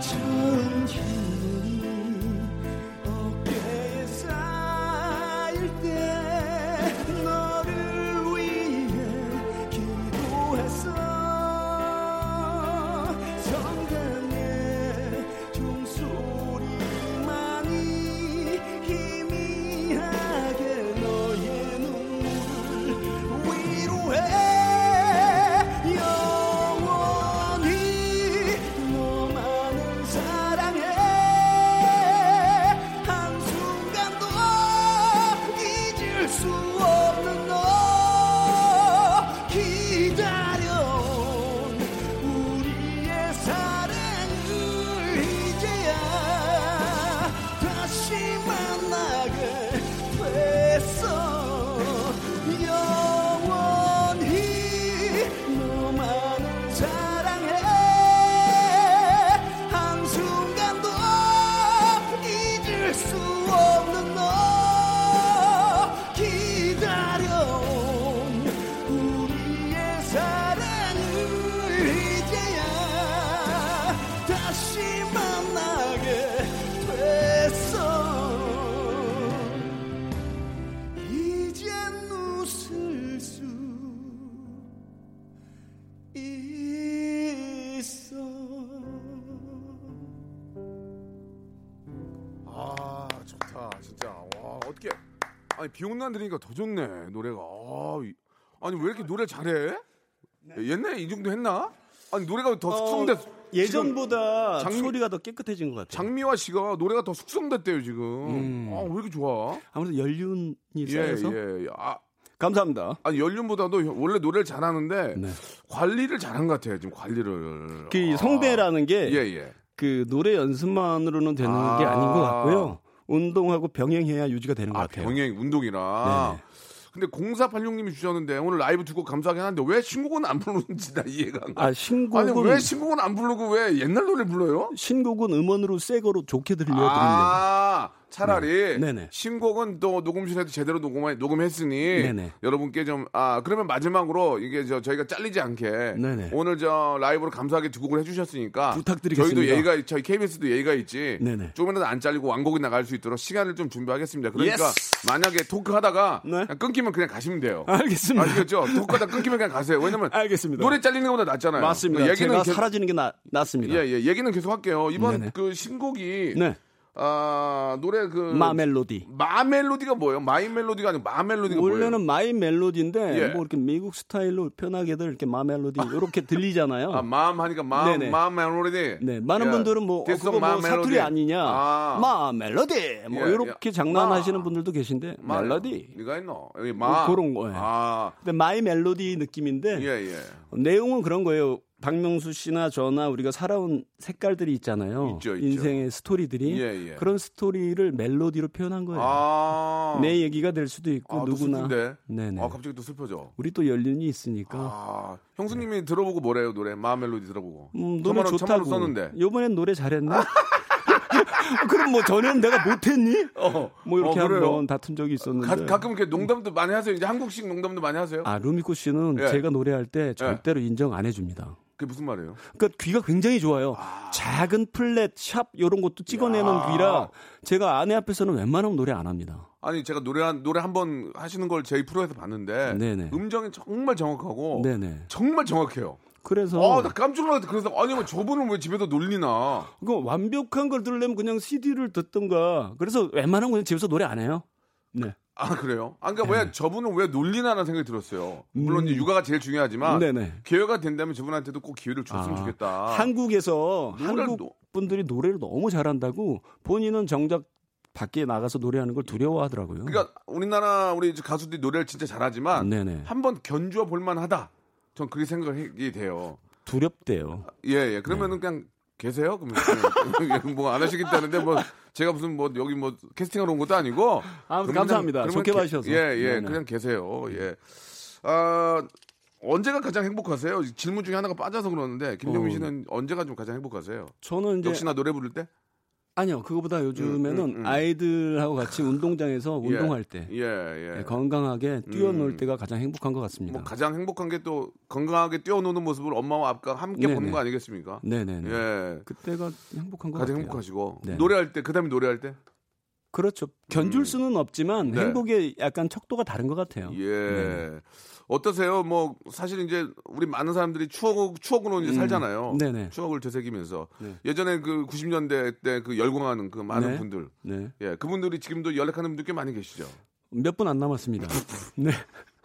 Speaker 11: 처음 기분이 어깨에 쌓일 때 너를 위해 기도했어 성당의 종소리만이 희미하게 너의 눈물을 위로해 영원히 너만을 사랑해 한순간도 잊을 수 없는 너 기다려온 우리의 사랑을 이제야 다시 만나게 됐어 영원히 너만을 사랑해 한순간도 잊을 수 없는 너 기다려온 우리의 사랑을 이제야 다시 만나게 됐어 이젠 웃을 수 있어
Speaker 3: 아 좋다 진짜 와 어떻게 아니 비오는 날 들으니까 더 좋네 노래가 아, 이- 아니 왜 이렇게 노래 잘해
Speaker 10: 네.
Speaker 3: 옛날에 이 정도 했나 아니 노래가 더 숙성됐
Speaker 10: 어, 예전보다
Speaker 3: 지금
Speaker 10: 소리가 더 깨끗해진 것 같아요.
Speaker 3: 장미화 씨가 노래가 더 숙성됐대요 지금
Speaker 10: 음.
Speaker 3: 아, 왜 이렇게 좋아
Speaker 12: 아무래도 연륜이 쌓여서?
Speaker 3: 예, 예. 아,
Speaker 12: 감사합니다
Speaker 3: 아니 연륜보다도 원래 노래를 잘하는데 관리를 잘한 것 같아요 지금 관리를
Speaker 10: 네. 그이
Speaker 3: 아.
Speaker 10: 성대라는 게 그
Speaker 3: 예, 예.
Speaker 10: 노래 연습만으로는 되는
Speaker 3: 아.
Speaker 10: 게 아닌 것 같고요. 운동하고 병행해야 유지가 되는 것 같아요.
Speaker 3: 병행 운동이라. 근데 0486님이 주셨는데 오늘 라이브 듣고 감사하긴 한데 왜 신곡은 안 부르는지 나 이해가 안 가.
Speaker 10: 아, 신곡은-
Speaker 3: 아니 왜 신곡은 안 부르고 왜 옛날 노래 불러요?
Speaker 10: 신곡은 음원으로 새 거로 좋게 들려드리려고.
Speaker 3: 아 차라리
Speaker 10: 네. 네네.
Speaker 3: 신곡은 또 녹음실에도 제대로 녹음 녹음했으니
Speaker 10: 네네.
Speaker 3: 여러분께 좀 아 그러면 마지막으로 이게 저 저희가 잘리지 않게
Speaker 10: 네네.
Speaker 3: 오늘 저 라이브로 감사하게 두 곡을 해주셨으니까
Speaker 10: 부탁드리겠습니다.
Speaker 3: 저희도 예의가 저희 KBS도 예의가 있지
Speaker 10: 네네.
Speaker 3: 조금이라도 안 잘리고 완곡이 나갈 수 있도록 시간을 좀 준비하겠습니다. 그러니까
Speaker 10: 예스!
Speaker 3: 만약에 토크하다가
Speaker 10: 네.
Speaker 3: 그냥 끊기면 그냥 가시면 돼요.
Speaker 10: 알겠습니다.
Speaker 3: 아시겠죠? 토크하다 끊기면 그냥 가세요. 왜냐면
Speaker 10: 아, 음. 알겠습니다.
Speaker 3: 노래 잘리는 것보다 낫잖아요.
Speaker 10: 맞습니다.
Speaker 3: 예. 그 얘기는
Speaker 10: 제가
Speaker 3: 계속-
Speaker 10: 사라지는 게 나, 낫습니다.
Speaker 3: 예, 예. 얘기는 계속 할게요. 이번
Speaker 10: 네네.
Speaker 3: 그 신곡이
Speaker 10: 네.
Speaker 3: 아, 노래 그
Speaker 10: 마멜로디.
Speaker 3: 마멜로디가 뭐예요? 마이 멜로디가 아니고 마멜로디가 그러니까 뭐예요?
Speaker 10: 원래는 마이 멜로디인데
Speaker 3: 예.
Speaker 10: 뭐 이렇게 미국 스타일로 편하게들 이렇게 마멜로디 이렇게 들리잖아요.
Speaker 3: 아, 마음 하니까 마음
Speaker 10: 네네.
Speaker 3: 마음 멜로디.
Speaker 10: 네, 많은
Speaker 3: 예.
Speaker 10: 분들은 뭐 어,
Speaker 3: This
Speaker 10: 그거
Speaker 3: song
Speaker 10: 뭐
Speaker 3: my
Speaker 10: 사투리
Speaker 3: melody.
Speaker 10: 아니냐,
Speaker 3: 아.
Speaker 10: 마 멜로디 뭐
Speaker 3: 예,
Speaker 10: 이렇게
Speaker 3: 예.
Speaker 10: 장난하시는 분들도 계신데
Speaker 3: 마-
Speaker 10: 멜로디
Speaker 3: 네가 있노? 여기 마
Speaker 10: 뭐 그런 거예요.
Speaker 3: 아.
Speaker 10: 근데 마이 멜로디 느낌인데
Speaker 3: 예, 예.
Speaker 10: 어, 내용은 그런 거예요. 박명수 씨나 저나 우리가 살아온 색깔들이 있잖아요.
Speaker 3: 있죠, 있죠.
Speaker 10: 인생의 스토리들이
Speaker 3: 예, 예.
Speaker 10: 그런 스토리를 멜로디로 표현한 거예요.
Speaker 3: 아.
Speaker 10: 내 얘기가 될 수도 있고
Speaker 3: 아,
Speaker 10: 누구나
Speaker 3: 또 슬픈데.
Speaker 10: 네네.
Speaker 3: 아, 갑자기 또 슬퍼져.
Speaker 10: 우리 또 연륜이 있으니까
Speaker 3: 아, 형수님이 들어보고 뭐래요, 노래? 마음 멜로디 들어보고.
Speaker 10: 음, 노래
Speaker 3: 천만 원, 천만 원
Speaker 10: 좋다고. 예.
Speaker 3: 썼는데.
Speaker 10: 요번엔 노래 잘했나? 그럼 뭐 전에는 내가 못했니? 뭐 이렇게
Speaker 3: 어, 그래요?
Speaker 10: 한번 다툰 적이 있었는데.
Speaker 3: 가, 가끔 이렇게 농담도 많이 하세요. 이제 한국식 농담도 많이 하세요.
Speaker 10: 아 루미코 씨는
Speaker 3: 예.
Speaker 10: 제가 노래할 때 절대로 인정 안 해줍니다.
Speaker 3: 그게 무슨 말이에요?
Speaker 10: 그러니까 귀가 굉장히 좋아요. 작은 플랫, 샵 이런 것도 찍어내는
Speaker 3: 야.
Speaker 10: 귀라 제가 아내 앞에서는 웬만하면 노래 안 합니다.
Speaker 3: 아니 제가 노래 한 노래 한 번 하시는 걸 저희 프로에서 봤는데
Speaker 10: 네네.
Speaker 3: 음정이 정말 정확하고
Speaker 10: 네네. 어.
Speaker 3: 정말 정확해요.
Speaker 10: 그래서
Speaker 3: 어. 아나 깜짝 놀랐다. 그래서 아니 뭐 저분은 왜 집에서 놀리나?
Speaker 10: 그거 완벽한 걸 들으려면 그냥 CD를 듣던가. 그래서 웬만하면 그냥 집에서 노래 안 해요. 네.
Speaker 3: 아 그래요? 아 그러니까 왜 저분은 왜 놀리나라는 생각이 들었어요. 물론 이제 육아가 제일 중요하지만
Speaker 10: 음. 네네.
Speaker 3: 기회가 된다면 저분한테도 꼭 기회를 줬으면
Speaker 10: 아,
Speaker 3: 좋겠다.
Speaker 10: 한국에서
Speaker 3: 노래를
Speaker 10: 한국 어. 분들이 노래를 너무 잘한다고 본인은 정작 밖에 나가서 노래하는 걸 두려워하더라고요.
Speaker 3: 그러니까 우리나라 우리 이제 가수들이 노래를 진짜 잘하지만
Speaker 10: 네네.
Speaker 3: 한번 견주어 볼만하다. 전 그렇게 생각이 돼요.
Speaker 10: 두렵대요.
Speaker 3: 예, 예. 그러면은
Speaker 10: 네.
Speaker 3: 그냥 계세요? 그러면 뭐 안 하시겠다는데 뭐 제가 무슨 뭐 여기 뭐 캐스팅하러 온 것도 아니고
Speaker 10: 아무튼
Speaker 3: 그러면
Speaker 10: 감사합니다.
Speaker 3: 그러면
Speaker 10: 좋게
Speaker 3: 게-
Speaker 10: 봐주셔서.
Speaker 3: 예, 예.
Speaker 10: 네네. 음.
Speaker 3: 그냥 계세요. 예. 아, 언제가 가장 행복하세요? 질문 중에 하나가 빠져서 그러는데 김정민
Speaker 10: 어.
Speaker 3: 씨는 언제가 좀 가장 행복하세요?
Speaker 10: 저는 이제
Speaker 3: 역시나 노래 부를 때?
Speaker 10: 아니요 그거보다 요즘에는
Speaker 3: 음, 음.
Speaker 10: 아이들하고 같이 운동장에서
Speaker 3: 예.
Speaker 10: 운동할 때
Speaker 3: 예, 예.
Speaker 10: 예, 건강하게 뛰어놀 때가 가장 행복한 것 같습니다.
Speaker 3: 뭐 가장 행복한 게 또 건강하게 뛰어노는 모습을 엄마와 아빠가 함께
Speaker 10: 네네.
Speaker 3: 보는 거 아니겠습니까?
Speaker 10: 네네네.
Speaker 3: 예.
Speaker 10: 그때가 행복한 것
Speaker 3: 가장
Speaker 10: 같아요.
Speaker 3: 행복하시고
Speaker 10: 네.
Speaker 3: 노래할 때 그다음에 노래할 때
Speaker 10: 그렇죠. 견줄 수는 없지만
Speaker 3: 음. 네.
Speaker 10: 행복의 약간 척도가 다른 것 같아요.
Speaker 3: 예. 어떠세요? 뭐 사실 이제 우리 많은 사람들이 추억 추억으로 이제
Speaker 10: 음.
Speaker 3: 살잖아요.
Speaker 10: 네네.
Speaker 3: 추억을 되새기면서
Speaker 10: 네.
Speaker 3: 예전에 그 90년대 때 그 열광하는 그 많은
Speaker 10: 네.
Speaker 3: 분들
Speaker 10: 네.
Speaker 3: 예 그분들이 지금도 연락하는 분들 꽤 많이 계시죠.
Speaker 10: 몇 분 안 남았습니다. 네.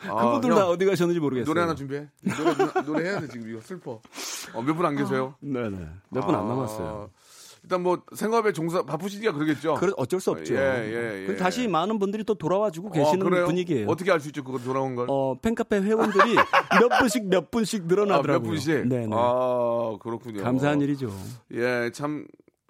Speaker 3: 아,
Speaker 10: 그분들
Speaker 3: 형.
Speaker 10: 다 어디 가셨는지 모르겠어요.
Speaker 3: 노래 하나 준비해. 노래, 노래 해야 돼 지금 이거 슬퍼. 어, 몇 분 안 계세요?
Speaker 10: 네네. 아, 몇 분 안
Speaker 3: 아,
Speaker 10: 남았어요.
Speaker 3: 일단 뭐 생업에 종사 바쁘시니까 그러겠죠.
Speaker 10: 그래 어쩔 수 없죠.
Speaker 3: 예, 예, 예.
Speaker 10: 그리고 다시 많은 분들이 또 돌아와주고
Speaker 3: 어,
Speaker 10: 계시는
Speaker 3: 그래요?
Speaker 10: 분위기예요.
Speaker 3: 어떻게 알 수 있죠? 그거 돌아온 걸?
Speaker 10: 어, 팬카페 회원들이 몇 분씩 몇 분씩 늘어나더라고요.
Speaker 3: 아, 몇 분씩?
Speaker 10: 네네.
Speaker 3: 아, 그렇군요.
Speaker 10: 감사한 일이죠.
Speaker 3: 예, 참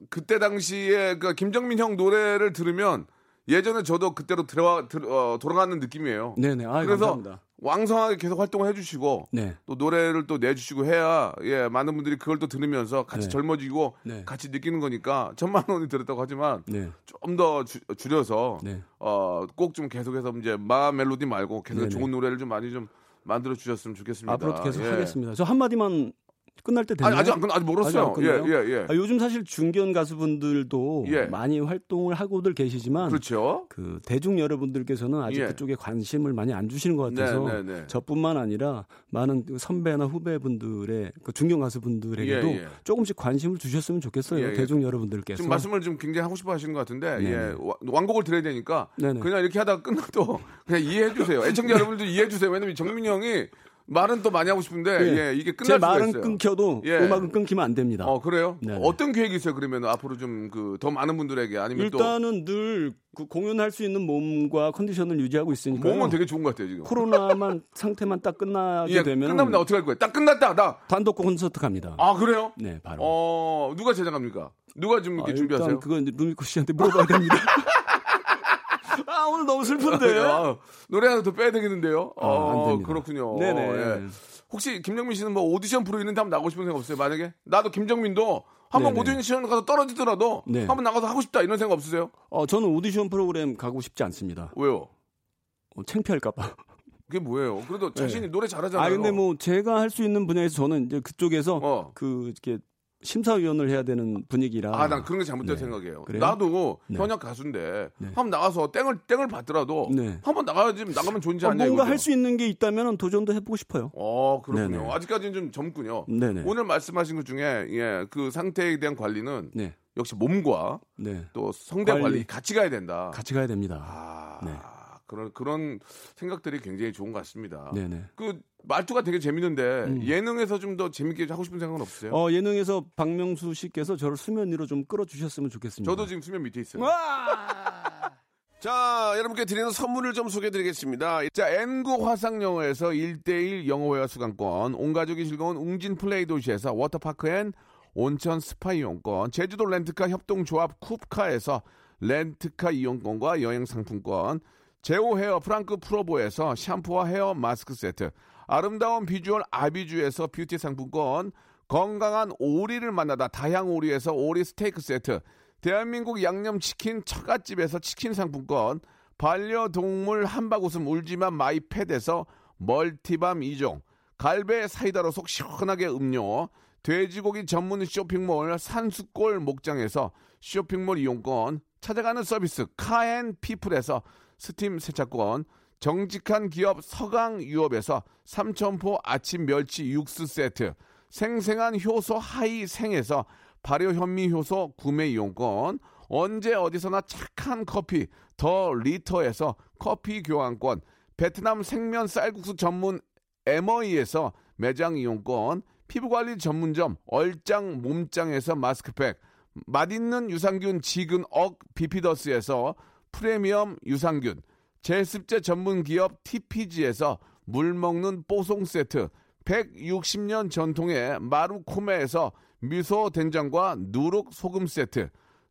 Speaker 3: 그때 당시에 그 김정민 형 노래를 들으면 예전에 저도 그때로 들어와 들, 어, 돌아가는 느낌이에요.
Speaker 10: 네네. 아,
Speaker 3: 그래서
Speaker 10: 감사합니다.
Speaker 3: 왕성하게 계속 활동을 해주시고
Speaker 10: 네.
Speaker 3: 또 노래를 또 내주시고 해야 예 많은 분들이 그걸 또 들으면서 같이
Speaker 10: 네.
Speaker 3: 젊어지고
Speaker 10: 네.
Speaker 3: 같이 느끼는 거니까 천만 원이 들었다고 하지만
Speaker 10: 네.
Speaker 3: 좀 더 줄여서
Speaker 10: 네.
Speaker 3: 어, 꼭 좀 계속해서 이제 마 멜로디 말고 계속
Speaker 10: 네네.
Speaker 3: 좋은 노래를 좀 많이 좀 만들어 주셨으면 좋겠습니다.
Speaker 10: 앞으로도 계속
Speaker 3: 예.
Speaker 10: 하겠습니다. 저 한마디만 끝날 때 되나요?
Speaker 3: 아니, 아직 안 끝나- 아직 멀었어요.
Speaker 10: 아직 안 끝나요?
Speaker 3: 예, 예, 예.
Speaker 10: 아, 요즘 사실 중견 가수분들도
Speaker 3: 예.
Speaker 10: 많이 활동을 하고들 계시지만
Speaker 3: 그렇죠.
Speaker 10: 그 대중 여러분들께서는 아직
Speaker 3: 예.
Speaker 10: 그쪽에 관심을 많이 안 주시는 것 같아서
Speaker 3: 네, 네, 네.
Speaker 10: 저뿐만 아니라 많은 그 선배나 후배분들의 그 중견 가수분들에게도
Speaker 3: 예, 예.
Speaker 10: 조금씩 관심을 주셨으면 좋겠어요.
Speaker 3: 예, 예.
Speaker 10: 대중 여러분들께서.
Speaker 3: 지금 말씀을 좀 굉장히 하고 싶어 하시는 것 같은데
Speaker 10: 네네.
Speaker 3: 예, 와- 완곡을 드려야 되니까
Speaker 10: 네네.
Speaker 3: 그냥 이렇게 하다가 끝나도 그냥 이해해 주세요. 애청자 여러분들 이해해 주세요. 왜냐면 정민 형이 말은 또 많이 하고 싶은데 예, 이게 끝날
Speaker 10: 네. 제
Speaker 3: 수가
Speaker 10: 말은
Speaker 3: 있어요.
Speaker 10: 끊겨도
Speaker 3: 예.
Speaker 10: 음악은 끊기면 안 됩니다.
Speaker 3: 어 그래요?
Speaker 10: 네네.
Speaker 3: 어떤 계획이 있어요? 그러면 앞으로 좀 그 더 많은 분들에게 아니면
Speaker 10: 일단은 늘그 공연할 수 있는 몸과 컨디션을 유지하고
Speaker 3: 또
Speaker 10: 있으니까
Speaker 3: 몸은 되게 좋은 것 같아요 지금.
Speaker 10: 코로나만 상태만 딱 끝나게
Speaker 3: 예,
Speaker 10: 되면
Speaker 3: 끝나면 나 어떻게 할 거예요? 딱 끝났다 나.
Speaker 10: 단독 콘서트 갑니다.
Speaker 3: 아 그래요?
Speaker 10: 네, 바로.
Speaker 3: 어 누가 제작합니까? 누가 좀 이렇게
Speaker 10: 아,
Speaker 3: 준비하세요?
Speaker 10: 일단 그건 이제 루미코 씨한테 물어봐야 됩니다. 아 오늘 너무 슬픈데.
Speaker 3: 아, 노래 하나 더 빼야 되겠는데요.
Speaker 10: 아,
Speaker 3: 어,
Speaker 10: 안 됩니다.
Speaker 3: 그렇군요.
Speaker 10: 네네.
Speaker 3: 예. 혹시 김정민 씨는 뭐 오디션 프로 있는데 한번 나가고 싶은 생각 없어요? 만약에 나도 김정민도 한번
Speaker 10: 네네.
Speaker 3: 오디션 가서 떨어지더라도
Speaker 10: 네.
Speaker 3: 한번 나가서 하고 싶다 이런 생각 없으세요?
Speaker 10: 어 저는 오디션 프로그램 가고 싶지 않습니다.
Speaker 3: 왜요?
Speaker 10: 어, 창피할까봐.
Speaker 3: 그게 뭐예요? 그래도 자신이 노래 잘하잖아요.
Speaker 10: 네.
Speaker 3: 어.
Speaker 10: 아 근데 뭐 제가 할 수 있는 분야에서 저는 이제 그쪽에서 그 이렇게 심사위원을 해야 되는 분위기라.
Speaker 3: 아, 난 그런 게 잘못된
Speaker 10: 네.
Speaker 3: 생각이에요.
Speaker 10: 그래요?
Speaker 3: 나도
Speaker 10: 네.
Speaker 3: 현역 가수인데 한번 나가서 땡을 땡을 받더라도
Speaker 10: 네.
Speaker 3: 한번 나가야지 나가면 존재
Speaker 10: 아,
Speaker 3: 아니냐
Speaker 10: 뭔가
Speaker 3: 이거죠.
Speaker 10: 할 수 있는 게 있다면 도전도 해보고 싶어요.
Speaker 3: 어 그렇군요.
Speaker 10: 네네.
Speaker 3: 아직까지는 좀 젊군요.
Speaker 10: 네네.
Speaker 3: 오늘 말씀하신 것 중에 예, 그 상태에 대한 관리는
Speaker 10: 네.
Speaker 3: 역시 몸과
Speaker 10: 네.
Speaker 3: 또 성대 관리.
Speaker 10: 관리.
Speaker 3: 같이 가야 된다.
Speaker 10: 같이 가야 됩니다. 네.
Speaker 3: 아, 그런 그런 생각들이 굉장히 좋은 것 같습니다.
Speaker 10: 네네. 음.
Speaker 3: 그 말투가 되게 재밌는데 예능에서 좀 더 재밌게 하고 싶은 생각은 없으세요?
Speaker 10: 어, 예능에서 박명수 씨께서 저를 수면 위로 좀 끌어주셨으면 좋겠습니다.
Speaker 3: 저도 지금 수면 밑에 있어요. 자, 여러분께 드리는 선물을 좀 소개해 드리겠습니다. 자, N구 화상영어에서 1대1 영어회화 수강권, 온 가족이 즐거운 웅진 플레이 도시에서 워터파크 앤 온천 스파 이용권, 제주도 렌트카 협동조합 쿱카에서 렌트카 이용권과 여행 상품권, 제오 헤어 프랑크 프로보에서 샴푸와 헤어 마스크 세트, 아름다운 비주얼 아비주에서 뷰티 상품권, 건강한 오리를 만나다 다향 오리에서 오리 스테이크 세트, 대한민국 양념치킨 처갓집에서 치킨 상품권, 반려동물 한박 웃음 울지만 마이패드에서 멀티밤 2종, 갈배 사이다로 속 시원하게 음료, 돼지고기 전문 쇼핑몰 산수골 목장에서 쇼핑몰 이용권, 찾아가는 서비스 카앤피플에서 스팀 세차권, 정직한 기업 서강유업에서 삼천포 아침 멸치 육수 세트, 생생한 효소 하이생에서 발효 현미 효소 구매 이용권, 언제 어디서나 착한 커피 더 리터에서 커피 교환권, 베트남 생면 쌀국수 전문 에머이에서 매장 이용권, 피부관리 전문점 얼짱 몸짱에서 마스크팩, 맛있는 유산균 지근 억 비피더스에서 프리미엄 유산균, 제습제 전문 기업 TPG에서 물 먹는 뽀송 세트, 160년 전통의 마루코메에서 미소 된장과 누룩 소금 세트,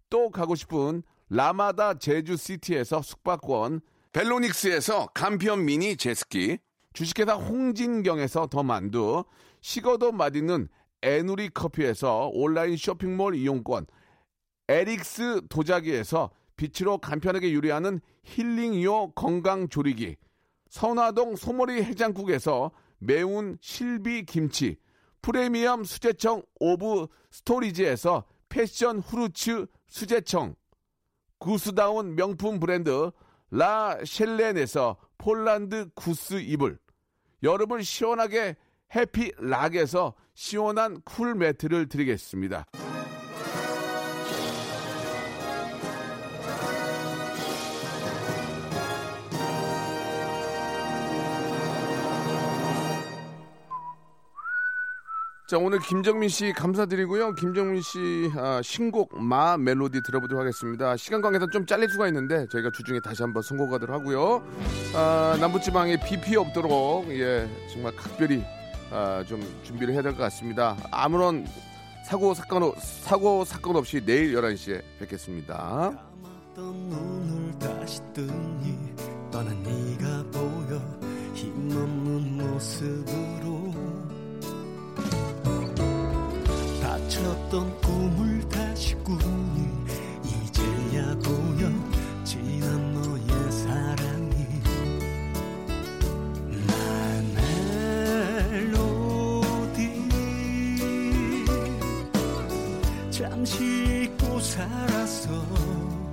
Speaker 3: 또 가고 싶은 라마다 제주시티에서 숙박권, 벨로닉스에서 간편 미니 제습기, 주식회사 홍진경에서 더 만두, 식어도 맛있는 에누리 커피에서 온라인 쇼핑몰 이용권, 에릭스 도자기에서 빛으로 간편하게 요리하는 힐링요 건강조리기, 선화동 소머리 해장국에서 매운 실비 김치, 프리미엄 수제청 오브 스토리지에서 패션 후르츠 수제청, 구스다운 명품 브랜드 라 셸렌에서 폴란드 구스 이불 여름을 시원하게 해피락에서 시원한 쿨 매트를 드리겠습니다. 자 오늘 김정민 씨 감사드리고요. 김정민 씨 아, 신곡 마 멜로디 들어보도록 하겠습니다. 시간 관계상 좀 잘릴 수가 있는데 저희가 주중에 다시 한번 선곡하도록 하고요. 아, 남부지방에 비 피해 없도록 예 정말 각별히 아, 좀 준비를 해야 될 것 같습니다. 아무런 사고 사건 없- 사고 사건 없이 내일 11시에 뵙겠습니다.
Speaker 11: 떠던 눈을 다시 뜨니 떠난 네가 보여 힘없는 모습으로 다쳤던 꿈을 다시 꾸니 이제야 보여 지난 너의 사랑이 나 멜로디 잠시 잊고 살았어